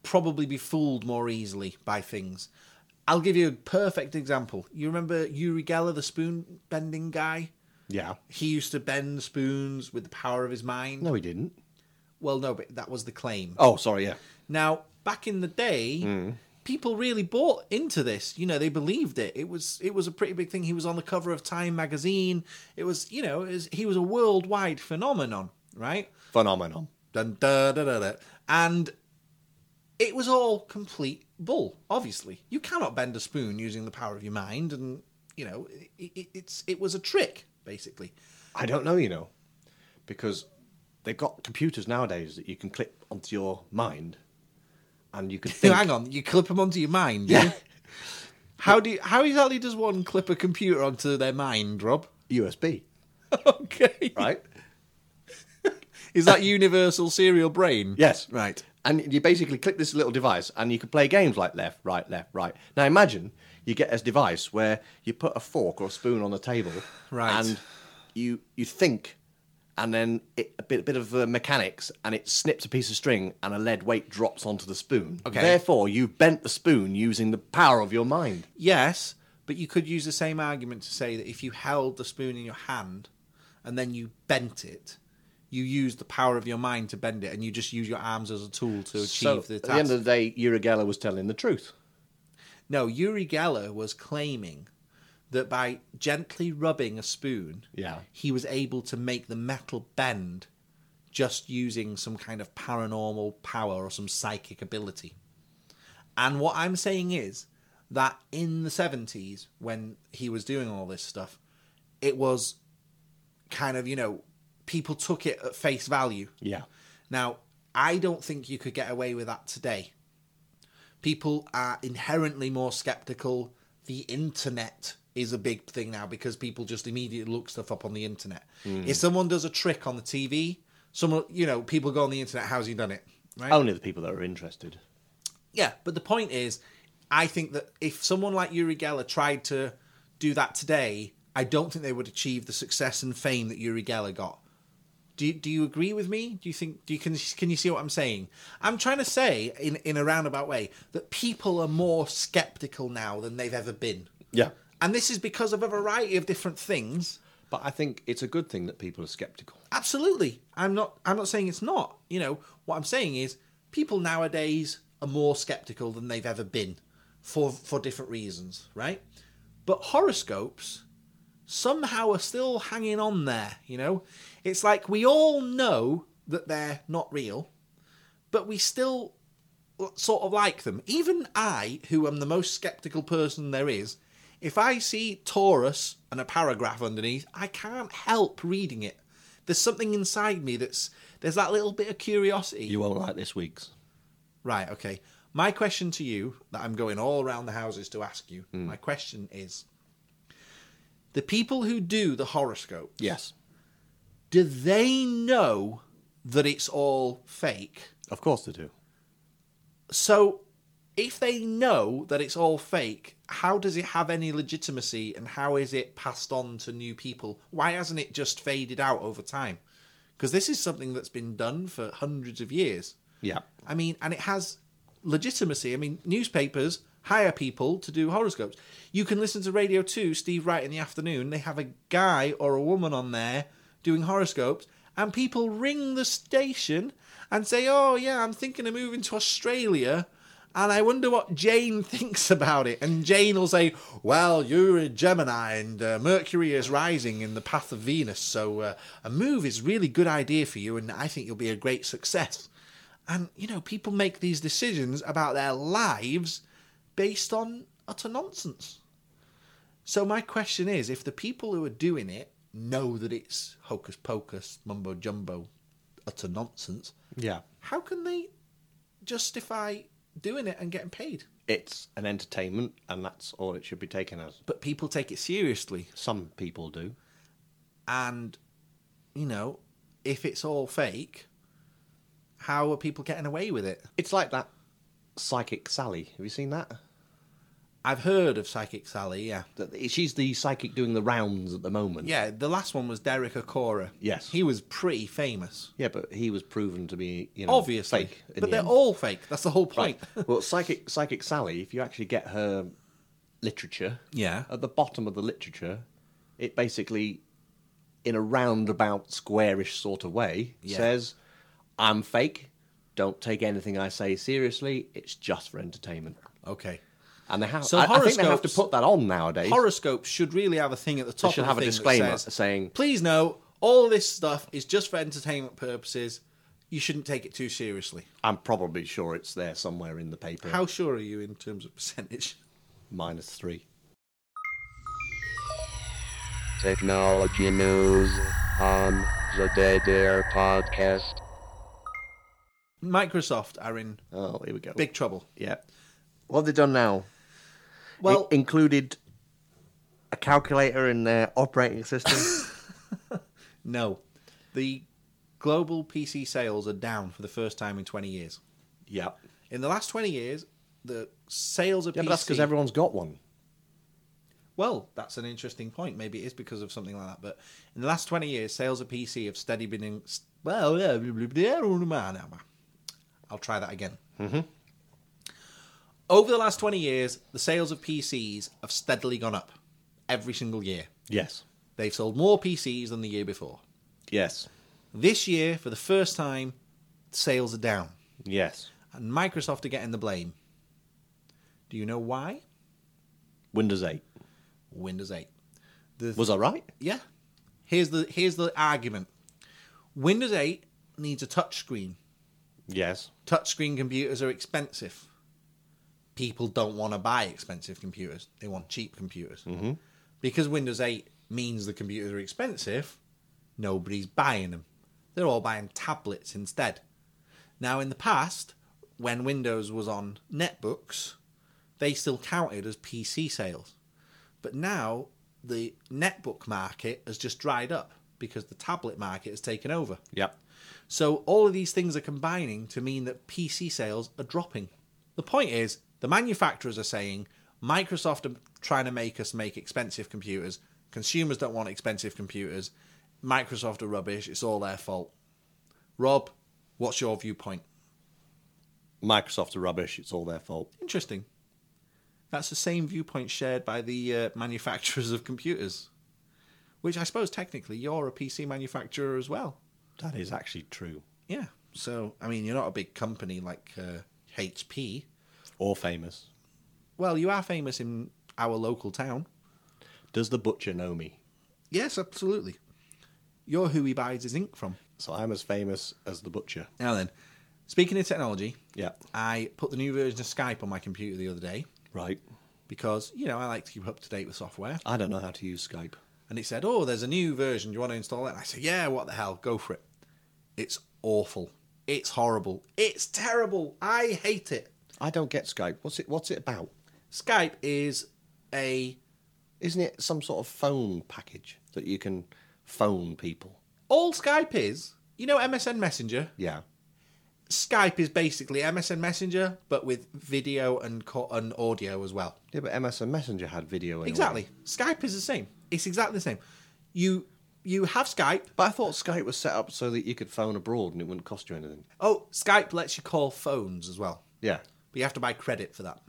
C: probably be fooled more easily by things. I'll give you a perfect example. You remember Uri Geller, the spoon bending guy?
A: Yeah.
C: He used to bend spoons with the power of his mind.
A: No, he didn't.
C: Well, no, but that was the claim.
A: Oh, sorry. Yeah.
C: Now, back in the day, people really bought into this. You know, they believed it. It was it was a pretty big thing. He was on the cover of Time magazine. It was, you know, it was, he was a worldwide phenomenon, right?
A: Phenomenon.
C: Dun, da, da, da, da. And it was all complete bull. Obviously, you cannot bend a spoon using the power of your mind, and you know, it, it, it's it was a trick basically.
A: I don't know, you know, because they've got computers nowadays that you can clip onto your mind, and you can think.
C: Hang on, you clip them onto your mind. do you? How do you, how exactly does one clip a computer onto their mind, Rob?
A: USB,
C: Okay.
A: right?
C: Is that universal serial brain?
A: yes.
C: Right.
A: And you basically click this little device, and you can play games like left, right, left, right. Now imagine you get this device where you put a fork or a spoon on the table,
C: Right.
A: And you you think and then it, a bit, a bit of uh, mechanics, and it snips a piece of string, and a lead weight drops onto the spoon.
C: Okay.
A: Therefore, you've bent the spoon using the power of your mind.
C: Yes, but you could use the same argument to say that if you held the spoon in your hand and then you bent it, you use the power of your mind to bend it, and you just use your arms as a tool to achieve
A: So,
C: the
A: at
C: task.
A: the end of the day, Urigella was telling the truth.
C: No, Uri Geller was claiming that by gently rubbing a spoon,
A: Yeah.
C: he was able to make the metal bend just using some kind of paranormal power or some psychic ability. And what I'm saying is that in the 70s, when he was doing all this stuff, it was kind of, you know, people took it at face value.
A: Yeah.
C: Now, I don't think you could get away with that today. People are inherently more skeptical. The internet is a big thing now because people just immediately look stuff up on the internet. If someone does a trick on the TV, someone, you know, people go on the internet, how's he done it? Right?
A: Only the people that are interested.
C: Yeah, but the point is, I think that if someone like Uri Geller tried to do that today, I don't think they would achieve the success and fame that Uri Geller got. Do you, do you agree with me? Do you think do you can can you see what I'm saying? I'm trying to say in in a roundabout way that people are more skeptical now than they've ever been.
A: Yeah.
C: And this is because of a variety of different things.
A: But I think it's a good thing that people are skeptical.
C: Absolutely. I'm not I'm not saying it's not. You know, what I'm saying is people nowadays are more skeptical than they've ever been for for different reasons, right? But horoscopes somehow are still hanging on there, you know? It's like we all know that they're not real, but we still sort of like them. Even I, who am the most skeptical person there is, if I see Taurus and a paragraph underneath, I can't help reading it. There's something inside me that's there's that little bit of curiosity.
A: You won't like this week's.
C: Right, okay. My question to you that I'm going all around the houses to ask you. My question is the people who do the horoscope,
A: Yes.
C: do they know that it's all fake?
A: Of course they do.
C: So, if they know that it's all fake, how does it have any legitimacy and how is it passed on to new people? Why hasn't it just faded out over time? Because this is something that's been done for hundreds of years.
A: Yeah.
C: I mean, and it has legitimacy. I mean, newspapers hire people to do horoscopes. You can listen to Radio 2, Steve Wright in the afternoon. They have a guy or a woman on there doing horoscopes, and people ring the station and say, Oh, yeah, I'm thinking of moving to Australia. And I wonder what Jane thinks about it. And Jane will say, Well, you're a Gemini and uh, Mercury is rising in the path of Venus. So uh, a move is really good idea for you. And I think you'll be a great success. And you know, people make these decisions about their lives based on utter nonsense. So my question is, if the people who are doing it know that it's hocus pocus, mumbo jumbo, utter nonsense,
A: Yeah.
C: how can they justify doing it and getting paid?
A: It's an entertainment, and that's all it should be taken as.
C: But people take it seriously,
A: Some people do.
C: and you know, if it's all fake, how are people getting away with it?
A: It's like that psychic Sally. Have you seen that?
C: I've heard of Psychic Sally, yeah.
A: That- She's the psychic doing the rounds at the moment.
C: Yeah, the last one was Derek Okora.
A: Yes.
C: He was pretty famous.
A: Yeah, but he was proven to be, you know,
C: Obviously.
A: fake. in
C: But
A: the
C: they're
A: end.
C: all fake. That's the whole point.
A: Right. well, psychic psychic Sally. If you actually get her literature,
C: Yeah.
A: at the bottom of the literature, it basically, in a roundabout, squarish sort of way,
C: Yeah.
A: says, "I'm fake. Don't take anything I say seriously. It's just for entertainment."
C: Okay.
A: And they have.
C: So
A: I, I think they have to
C: horoscopes-
A: put that on nowadays.
C: Horoscopes should really have a thing at the top
A: should
C: of the
A: have a
C: thing that
A: disclaimer
C: says,
A: saying-
C: Please know all this stuff is just for entertainment purposes. You shouldn't take it too seriously.
A: I'm probably sure it's there somewhere in the paper.
C: How sure are you in terms of percentage?
A: minus three?
G: Technology news on the Dead Air Podcast.
C: Microsoft are in
A: Oh, here we go.
C: big trouble.
A: Yeah. What have they done now?
C: Well,
A: it included a calculator in their operating system.
C: no. The global PC sales are down for the first time in 20 years.
A: yeah.
C: In the last 20 years, the sales of
A: Yeah,
C: PC
A: but that's because everyone's got one.
C: well, that's an interesting point. Maybe it is because of something like that. But in the last 20 years, sales of PC have steadily been. In, well, I'll try that again. Over the last 20 years, the sales of PCs have steadily gone up every single year.
A: Yes.
C: They've sold more PCs than the year before.
A: Yes.
C: This year, for the first time, sales are down,
A: Yes.
C: and Microsoft are getting the blame. Do you know why?
A: Windows 8.
C: Windows 8. The
A: Was I right?
C: yeah. Here's the here's the argument. Windows 8 needs a touchscreen.
A: Yes.
C: Touchscreen computers are expensive. People don't want to buy expensive computers. They want cheap computers. Mm-hmm. Because Windows 8 means the computers are expensive, nobody's buying them. They're all buying tablets instead. Now, in the past, when Windows was on netbooks, they still counted as PC sales. But now, the netbook market has just dried up because the tablet market has taken over.
A: Yep.
C: So all of these things are combining to mean that PC sales are dropping. The point is, the manufacturers are saying Microsoft are trying to make us make expensive computers. Consumers don't want expensive computers. Microsoft are rubbish. It's all their fault. Rob, what's your viewpoint?
A: Microsoft are rubbish. It's all their fault.
C: Interesting. That's the same viewpoint shared by the uh, manufacturers of computers, which I suppose technically you're a PC manufacturer as well.
A: That is actually true.
C: Yeah. So I mean, you're not a big company like uh, HP.
A: Or famous.
C: Well, you are famous in our local town.
A: Does the butcher know me?
C: Yes, absolutely. You're who he buys his ink from.
A: So I'm as famous as the butcher.
C: Now then, speaking of technology,
A: Yeah.
C: I put the new version of Skype on my computer the other day
A: Right.
C: because you know I like to keep up to date with software.
A: I don't know how to use Skype.
C: And it said, "Oh, there's a new version. Do you want to install it?" And I said, "Yeah, what the hell? Go for it." It's awful. It's horrible. It's terrible. I hate it.
A: I don't get Skype. What's it what's it about?
C: Skype is a
A: Isn't it some sort of phone package that you can phone people?
C: all Skype is, you know, MSN Messenger.
A: Yeah.
C: Skype is basically MSN Messenger, but with video and co- and audio as well.
A: Yeah, but MSN Messenger had video in it.
C: Exactly. Skype is the same. It's exactly the same. You you have Skype.
A: But I thought Skype was set up so that you could phone abroad and it wouldn't cost you anything.
C: Oh, Skype lets you call phones as well,
A: Yeah.
C: but you have to buy credit for that.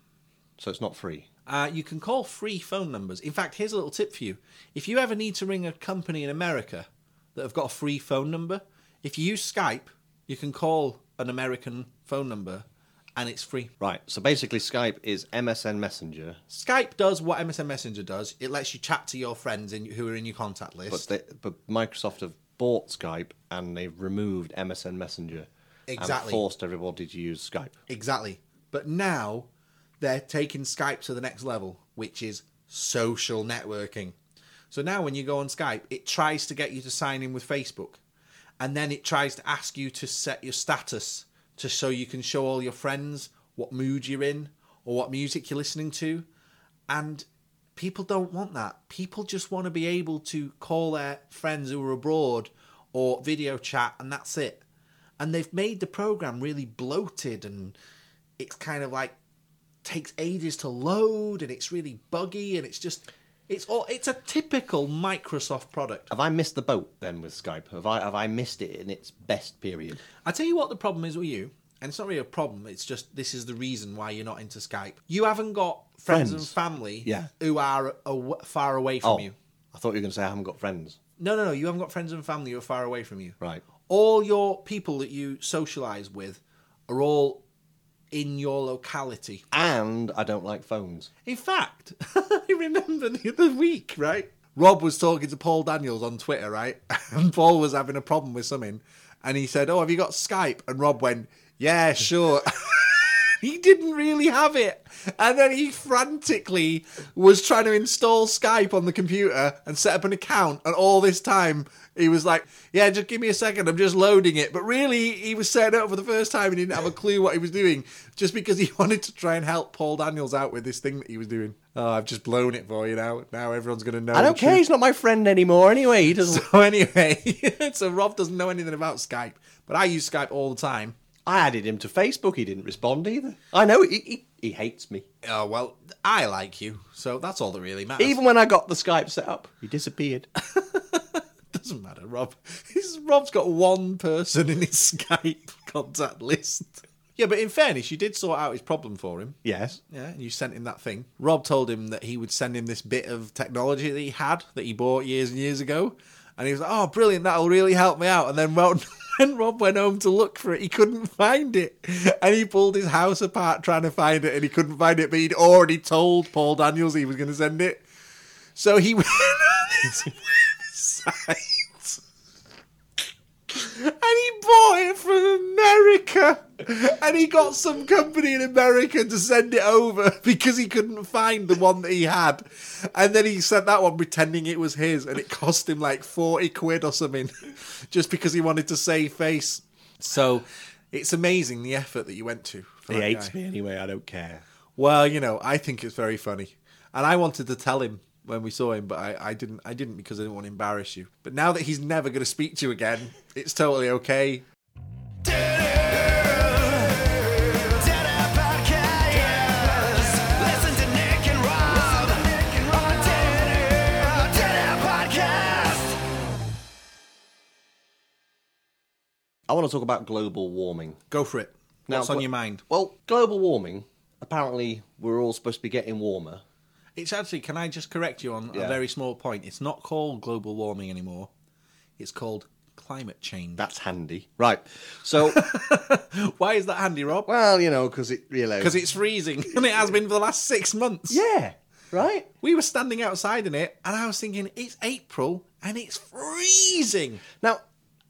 A: So it's not free.
C: Uh, you can call free phone numbers. In fact, here's a little tip for you. If you ever need to ring a company in America that have got a free phone number, if you use Skype, you can call an American phone number and it's free.
A: Right. So basically Skype is MSN Messenger,
C: Skype does what MSN Messenger does. It lets you chat to your friends in, who are in your contact list.
A: but they, but Microsoft have bought Skype and they've removed MSN Messenger. And
C: Exactly.
A: forced everybody to use Skype.
C: exactly. But now they're taking Skype to the next level, which is social networking. So now when you go on Skype, it tries to get you to sign in with Facebook. And then it tries to ask you to set your status to so you can show all your friends what mood you're in or what music you're listening to. And people don't want that. People just want to be able to call their friends who are abroad or video chat, and that's it. And they've made the program really bloated, and it's kind of like takes ages to load, and it's really buggy, and it's just it's all it's a typical Microsoft product.
A: Have I missed the boat then with Skype? Have I have I missed it in its best period?
C: I tell you what the problem is with you, and it's not really a problem. It's just this is the reason why you're not into Skype. You haven't got friends,
A: Friends.
C: and family
A: Yeah.
C: who are aw- far away from you.
A: Oh, I thought you were going to say I haven't got friends.
C: No, no, no. You haven't got friends and family who are far away from you.
A: Right.
C: All your people that you socialise with are all in your locality.
A: And I don't like phones.
C: In fact, I remember the other week, right? Rob was talking to Paul Daniels on Twitter, right? And Paul was having a problem with something. And he said, Oh, have you got Skype? And Rob went, Yeah, sure. he didn't really have it. And then he frantically was trying to install Skype on the computer and set up an account. And all this time, he was like, Yeah, just give me a second. I'm just loading it. But really, he was setting it up for the first time and he didn't have a clue what he was doing just because he wanted to try and help Paul Daniels out with this thing that he was doing. Oh, I've just blown it for you now. Now everyone's going to know.
A: I don't
C: the
A: care.
C: truth.
A: He's not my friend anymore. Anyway, he doesn't.
C: So anyway, so Rob doesn't know anything about Skype, but I use Skype all the time,
A: I added him to Facebook. He didn't respond either. I know he, he, he hates me.
C: Oh, well, I like you, so that's all that really matters.
A: Even when I got the Skype set up, he disappeared.
C: doesn't matter, Rob. He's, Rob's got one person in his Skype contact list. Yeah, but in fairness, you did sort out his problem for him.
A: yes.
C: Yeah, and you sent him that thing. Rob told him that he would send him this bit of technology that he had that he bought years and years ago. And he was like, oh, brilliant, that'll really help me out. And then when, when Rob went home to look for it, he couldn't find it. And he pulled his house apart trying to find it, and he couldn't find it, but he'd already told Paul Daniels he was going to send it. So he went on his website and he bought it from America. And he got some company in America to send it over because he couldn't find the one that he had. And then he sent that one pretending it was his, and it cost him like 40 quid or something just because he wanted to save face. So it's amazing the effort that you went to. For
A: He
C: that
A: hates
C: guy.
A: me anyway. I don't care.
C: Well, you know, I think it's very funny, and I wanted to tell him when we saw him, but I, I didn't. I didn't because I didn't want to embarrass you. But now that he's never going to speak to you again, it's totally okay.
A: I want to talk about global warming.
C: Go for it.
A: Now,
C: What's on
A: wh-
C: your mind?
A: Well, global warming. Apparently, we're all supposed to be getting warmer.
C: It's actually. Can I just correct you on
A: Yeah.
C: a very small point? It's not called global warming anymore. It's called climate change.
A: That's handy, right? So,
C: Why is that handy, Rob?
A: well, you know, because it you know,
C: Because it's freezing, and it has been for the last six months.
A: yeah, right.
C: We were standing outside in it, and I was thinking, it's April, and it's freezing.
A: Now,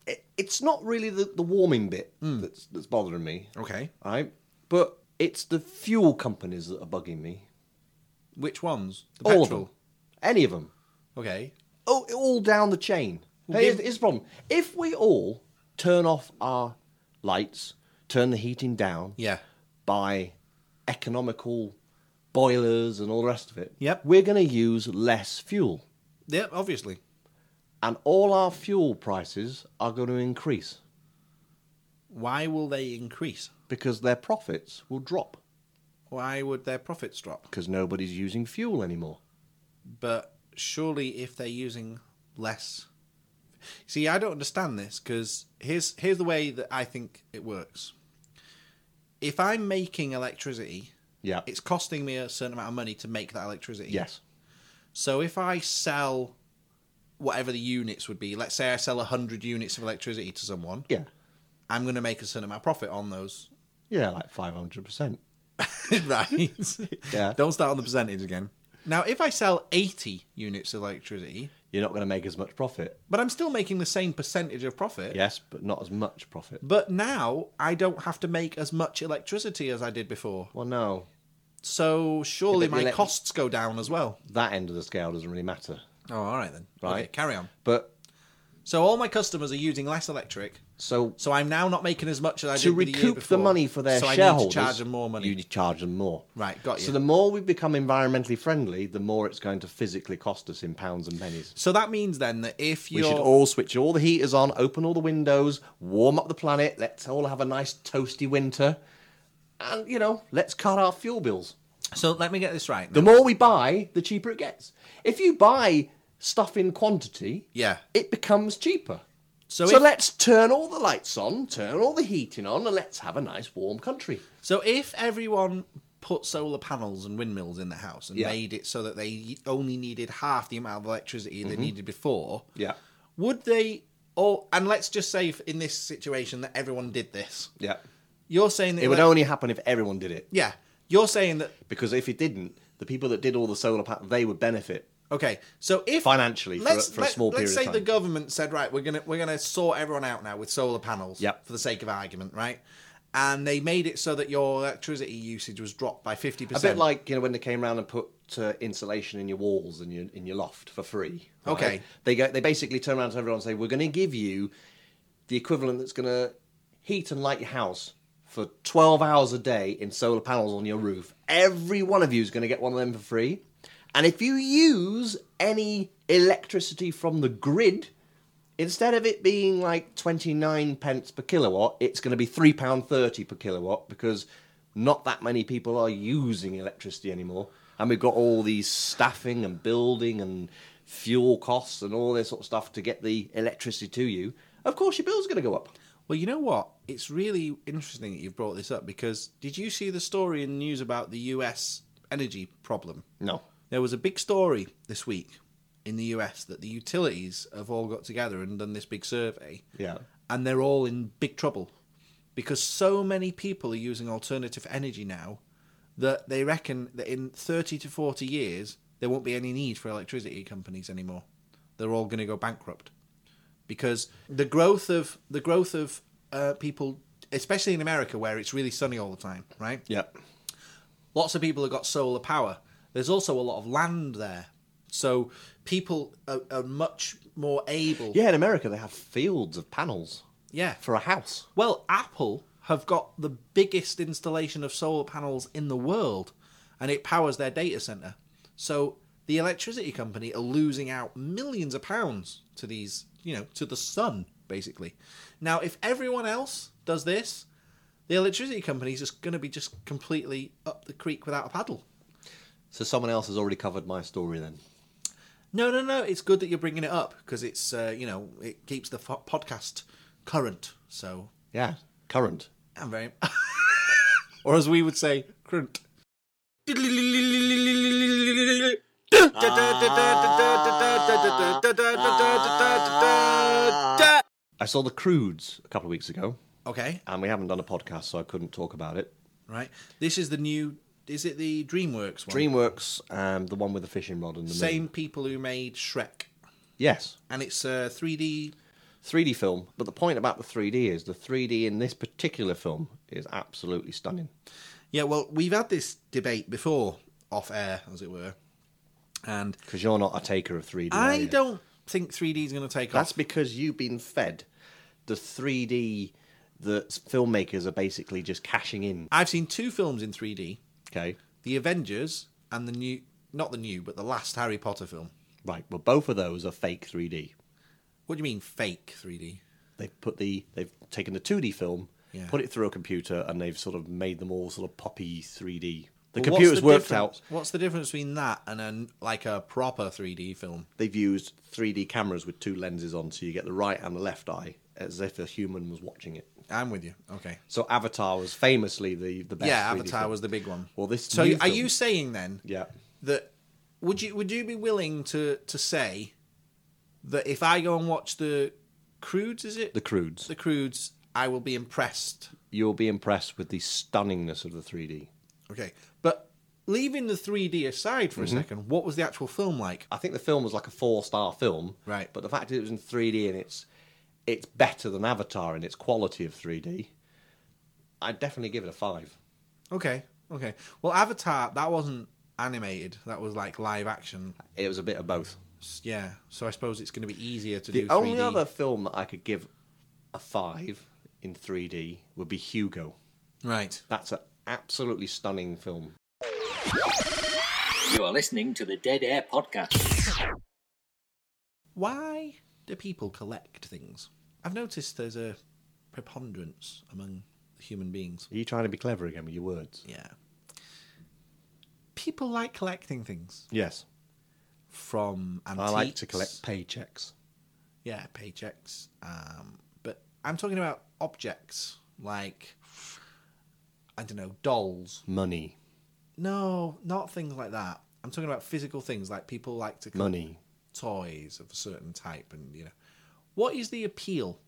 A: it, it's not really the, the warming bit
C: Hmm.
A: that's that's bothering me,
C: Okay.
A: right? But it's the fuel companies that are bugging me.
C: Which ones? The
A: all of them, any of them.
C: Okay.
A: Oh, all down the chain. Hey,
C: give-
A: here's, here's the problem. If we all turn off our lights, turn the heating down,
C: Yeah.
A: by economical boilers and all the rest of it,
C: Yep.
A: we're going to use less fuel.
C: Yeah, obviously.
A: And all our fuel prices are going to increase
C: Why will they increase?
A: because their profits will drop
C: Why would their profits drop?
A: because nobody's using fuel anymore.
C: But surely if they're using less See, I don't understand this because here's here's the way that I think it works. If I'm making electricity,
A: Yeah.
C: it's costing me a certain amount of money to make that electricity.
A: yes.
C: So if I sell whatever the units would be, let's say I sell 100 units of electricity to someone,
A: Yeah.
C: I'm going to make a certain amount of profit on those
A: Yeah, like 500%.
C: right.
A: Yeah.
C: Don't start on the percentage again. Now, if I sell 80 units of electricity,
A: You're not going to make as much profit.
C: but I'm still making the same percentage of profit.
A: Yes, but not as much profit.
C: But now I don't have to make as much electricity as I did before.
A: Well, no,
C: So surely
A: Yeah, but
C: my
A: the elec-
C: costs go down as well.
A: that end of the scale doesn't really matter.
C: Oh, all right then.
A: Right.
C: Okay, carry on.
A: But
C: So all my customers are using less electric.
A: so
C: So I'm now not making as much as I
A: to
C: did the year
A: recoup the,
C: before.
A: money for their
C: so I
A: shareholders,
C: need to charge them more money.
A: You need to charge them more.
C: Right, got
A: So
C: you.
A: the more we become environmentally friendly, the more it's going to physically cost us in pounds and pennies.
C: So that means then that if
A: We
C: you're
A: should all switch all the heaters on, open all the windows, warm up the planet. Let's all have a nice toasty winter, and you know, let's cut our fuel bills.
C: so let me get this right.
A: The
C: now.
A: more we buy, the cheaper it gets. If you buy stuff in quantity,
C: Yeah.
A: it becomes cheaper.
C: So
A: So,
C: if-
A: let's turn all the lights on, turn all the heating on, and let's have a nice warm country.
C: So if everyone put solar panels and windmills in the house and
A: Yeah.
C: made it so that they only needed half the amount of electricity they needed before,
A: Mm-hmm. Yeah.
C: would they all? And let's just say if- in this situation that everyone did this.
A: Yeah.
C: You're saying that
A: It would
C: elec-
A: only happen if everyone did it.
C: yeah. You're saying that
A: Because if it didn't, the people that did all the solar panel, they would benefit.
C: okay. So if
A: Financially, for a- for a small
C: let's
A: period of
C: say the
A: time.
C: government said right, we're gonna we're gonna sort everyone out now with solar panels.
A: Yep.
C: For the sake of argument, right? And they made it so that your electricity usage was dropped by fifty
A: A
C: percent.
A: bit like you know when they came around and put uh, insulation in your walls and your in your loft for free. right?
C: Okay.
A: They go. They basically turn around to everyone and say, "We're going to give you the equivalent that's going to heat and light your house for 12 hours a day in solar panels on your roof. Every one of you is going to get one of them for free. And if you use any electricity from the grid, Instead of it being like 29 pence per kilowatt, it's going to be £3.30 per kilowatt because not that many people are using electricity anymore. And we've got all these staffing and building and fuel costs and all this sort of stuff to get the electricity to you. Of course, your bill's going to go up.
C: Well, you know what? It's really interesting that you've brought this up because did you see the story in the news about the US energy problem?
A: No.
C: There was a big story this week in the US that the utilities have all got together and done this big survey.
A: Yeah.
C: And they're all in big trouble because so many people are using alternative energy now that they reckon that in 30 to 40 years there won't be any need for electricity companies anymore. They're all going to go bankrupt because the growth of the growth of uh, people, especially in America where it's really sunny all the time, right?
A: Yep.
C: lots of people have got solar power. There's also a lot of land there, so people are, are much more able.
A: Yeah, in America, they have fields of panels
C: yeah.
A: for a house.
C: well, Apple have got the biggest installation of solar panels in the world, and it powers their data center. So the electricity company are losing out millions of pounds to these, you know, to the sun basically. Now, if everyone else does this, the electricity company is just going to be just completely up the creek without a paddle.
A: So someone else has already covered my story then.
C: No, no, no. It's good that you're bringing it up because it's uh, you know it keeps the fo- podcast current. So
A: Yeah, current.
C: I'm very, or as we would say, current.
A: I saw The Crudes a couple of weeks ago,
C: Okay,
A: and we haven't done a podcast, so I couldn't talk about it.
C: right. This is the new. Is it the DreamWorks one?
A: DreamWorks, um, the one with the fishing rod and the
C: Same
A: moon.
C: people who made Shrek,
A: Yes,
C: and it's uh, a 3D.
A: 3D film. But the point about the 3D is the 3D in this particular film is absolutely stunning.
C: Yeah, well, we've had this debate before, off air, as it were, and
A: Because you're not a taker of 3D. are
C: I
A: you?
C: don't think 3D is going to take
A: Oh, That's
C: off.
A: because you've been fed the 3D that filmmakers are basically just cashing in.
C: I've seen two films in 3D.
A: Okay.
C: The Avengers and the new, not the new, but the last Harry Potter film.
A: Right. Well, both of those are fake 3D.
C: What do you mean fake 3D?
A: They've put the they've taken the 2D film,
C: Yeah.
A: put it through a computer, and they've sort of made them all sort of poppy 3D. The
C: Well,
A: computer's
C: what's the
A: worked
C: difference-
A: out.
C: What's the difference between that and a, like a proper 3D film?
A: They've used 3D cameras with two lenses on, so you get the right and the left eye as if a human was watching it.
C: I'm with you. Okay.
A: So Avatar was famously the the best.
C: yeah,
A: 3D
C: Avatar
A: film.
C: was the big one.
A: Well, this
C: So
A: new
C: are
A: film-
C: you saying then
A: Yeah.
C: that would you would you be willing to to say that if I go and watch the Crudes, is it
A: The Crudes.
C: the Crudes, I will be impressed?
A: You'll be impressed with the stunningness of the 3D.
C: Okay, but leaving the 3D aside
A: Mm-hmm.
C: for a second, what was the actual film like?
A: I think the film was like a four star film.
C: Right.
A: But the fact that it was in 3D and it's it's better than Avatar in its quality of 3D, I'd definitely give it a five.
C: Okay, okay. Well, Avatar that wasn't animated; that was like live action.
A: It was a bit of both.
C: S- Yeah, so I suppose it's going to be easier to
A: The
C: do. 3D.
A: only other film that I could give a five in 3D would be Hugo.
C: right.
A: That's an absolutely stunning film.
H: You are listening to the Dead Air Podcast.
C: Why do people collect things? I've noticed there's a preponderance among human beings.
A: Are you trying to be clever again with your words?
C: Yeah, people like collecting things
A: Yes.
C: from
A: I
C: antiques.
A: like to collect paychecks.
C: yeah, paychecks. Um, but I'm talking about objects like I don't know, dolls.
A: Money.
C: No, not things like that. I'm talking about physical things like people like to collect
A: Money.
C: toys of a certain type and you know. What is the appeal?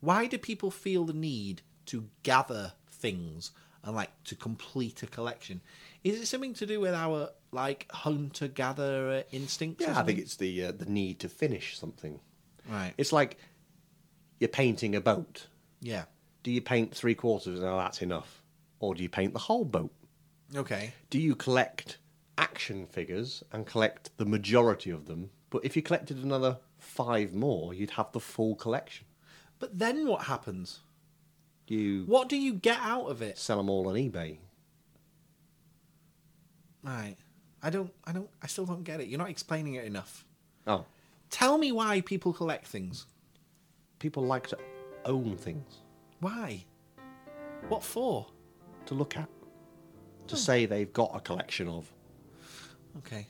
C: Why do people feel the need to gather things and like to complete a collection? Is it something to do with our like hunter gatherer instincts? or
A: Yeah, I
C: something?
A: think it's the uh, the need to finish something.
C: right.
A: It's like you're painting a boat.
C: yeah.
A: Do you paint three quarters and oh, that's enough? Or do you paint the whole boat?
C: Okay.
A: Do you collect action figures and collect the majority of them? But if you collected another five more, you'd have the full collection.
C: But then what happens?
A: You
C: What do you get out of it?
A: sell them all on eBay.
C: Right. I don't. I don't. I still don't get it. You're not explaining it enough.
A: Oh,
C: Tell me why people collect things.
A: people like to own things
C: Why? What for?
A: to look at,
C: Hmm.
A: to say they've got a collection of.
C: Okay.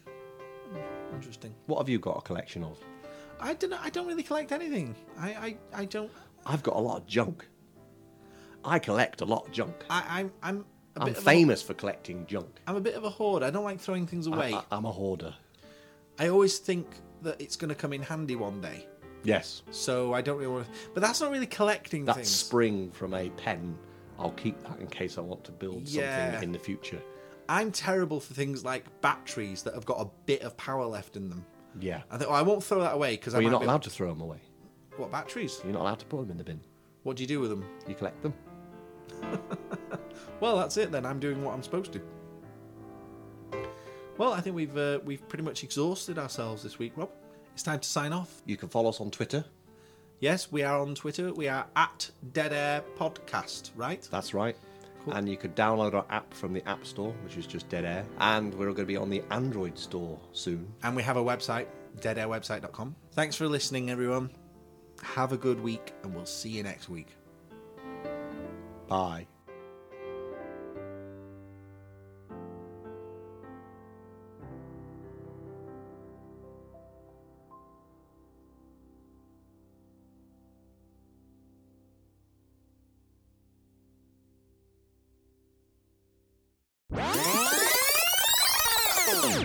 C: Interesting.
A: What have you got a collection of?
C: I don't. know- I don't really collect anything. I. I. I don't.
A: I've got a lot of junk. I collect a lot of junk.
C: I. I'm. I'm. A
A: I'm
C: bit of a-
A: famous Uh, for collecting junk.
C: I'm a bit of a hoarder. I don't like throwing things away.
A: I, am a hoarder.
C: I always think that it's going to come in handy one day.
A: Yes.
C: So I don't really want to. But that's not really collecting
A: That
C: things.
A: spring from a pen, I'll keep that in case I want to build
C: Yeah.
A: something in the future.
C: I'm terrible for things like batteries that have got a bit of power left in them.
A: Yeah.
C: I think oh, I won't throw that away because
A: Well,
C: I
A: you're
C: might
A: not
C: be-
A: allowed to throw them away.
C: What batteries?
A: You're not allowed to put them in the bin.
C: What do you do with them?
A: You collect them.
C: Well, that's it then. I'm doing what I'm supposed to. Well, I think we've uh, we've pretty much exhausted ourselves this week, Rob. It's time to sign off.
A: You can follow us on Twitter.
C: Yes, we are on Twitter. We are at Dead Air Podcast, right?
A: That's right. And you could download our app from the App Store, which is just Dead Air. And we're going to be on the Android Store soon.
C: And we have a website, deadairwebsite.com. Thanks for listening, everyone. Have a good week, and we'll see you next week.
A: Bye.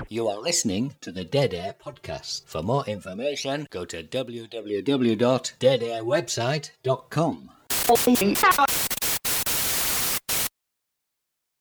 H: You are listening to the Dead Air Podcast. For more information, go to www.deadairwebsite.com.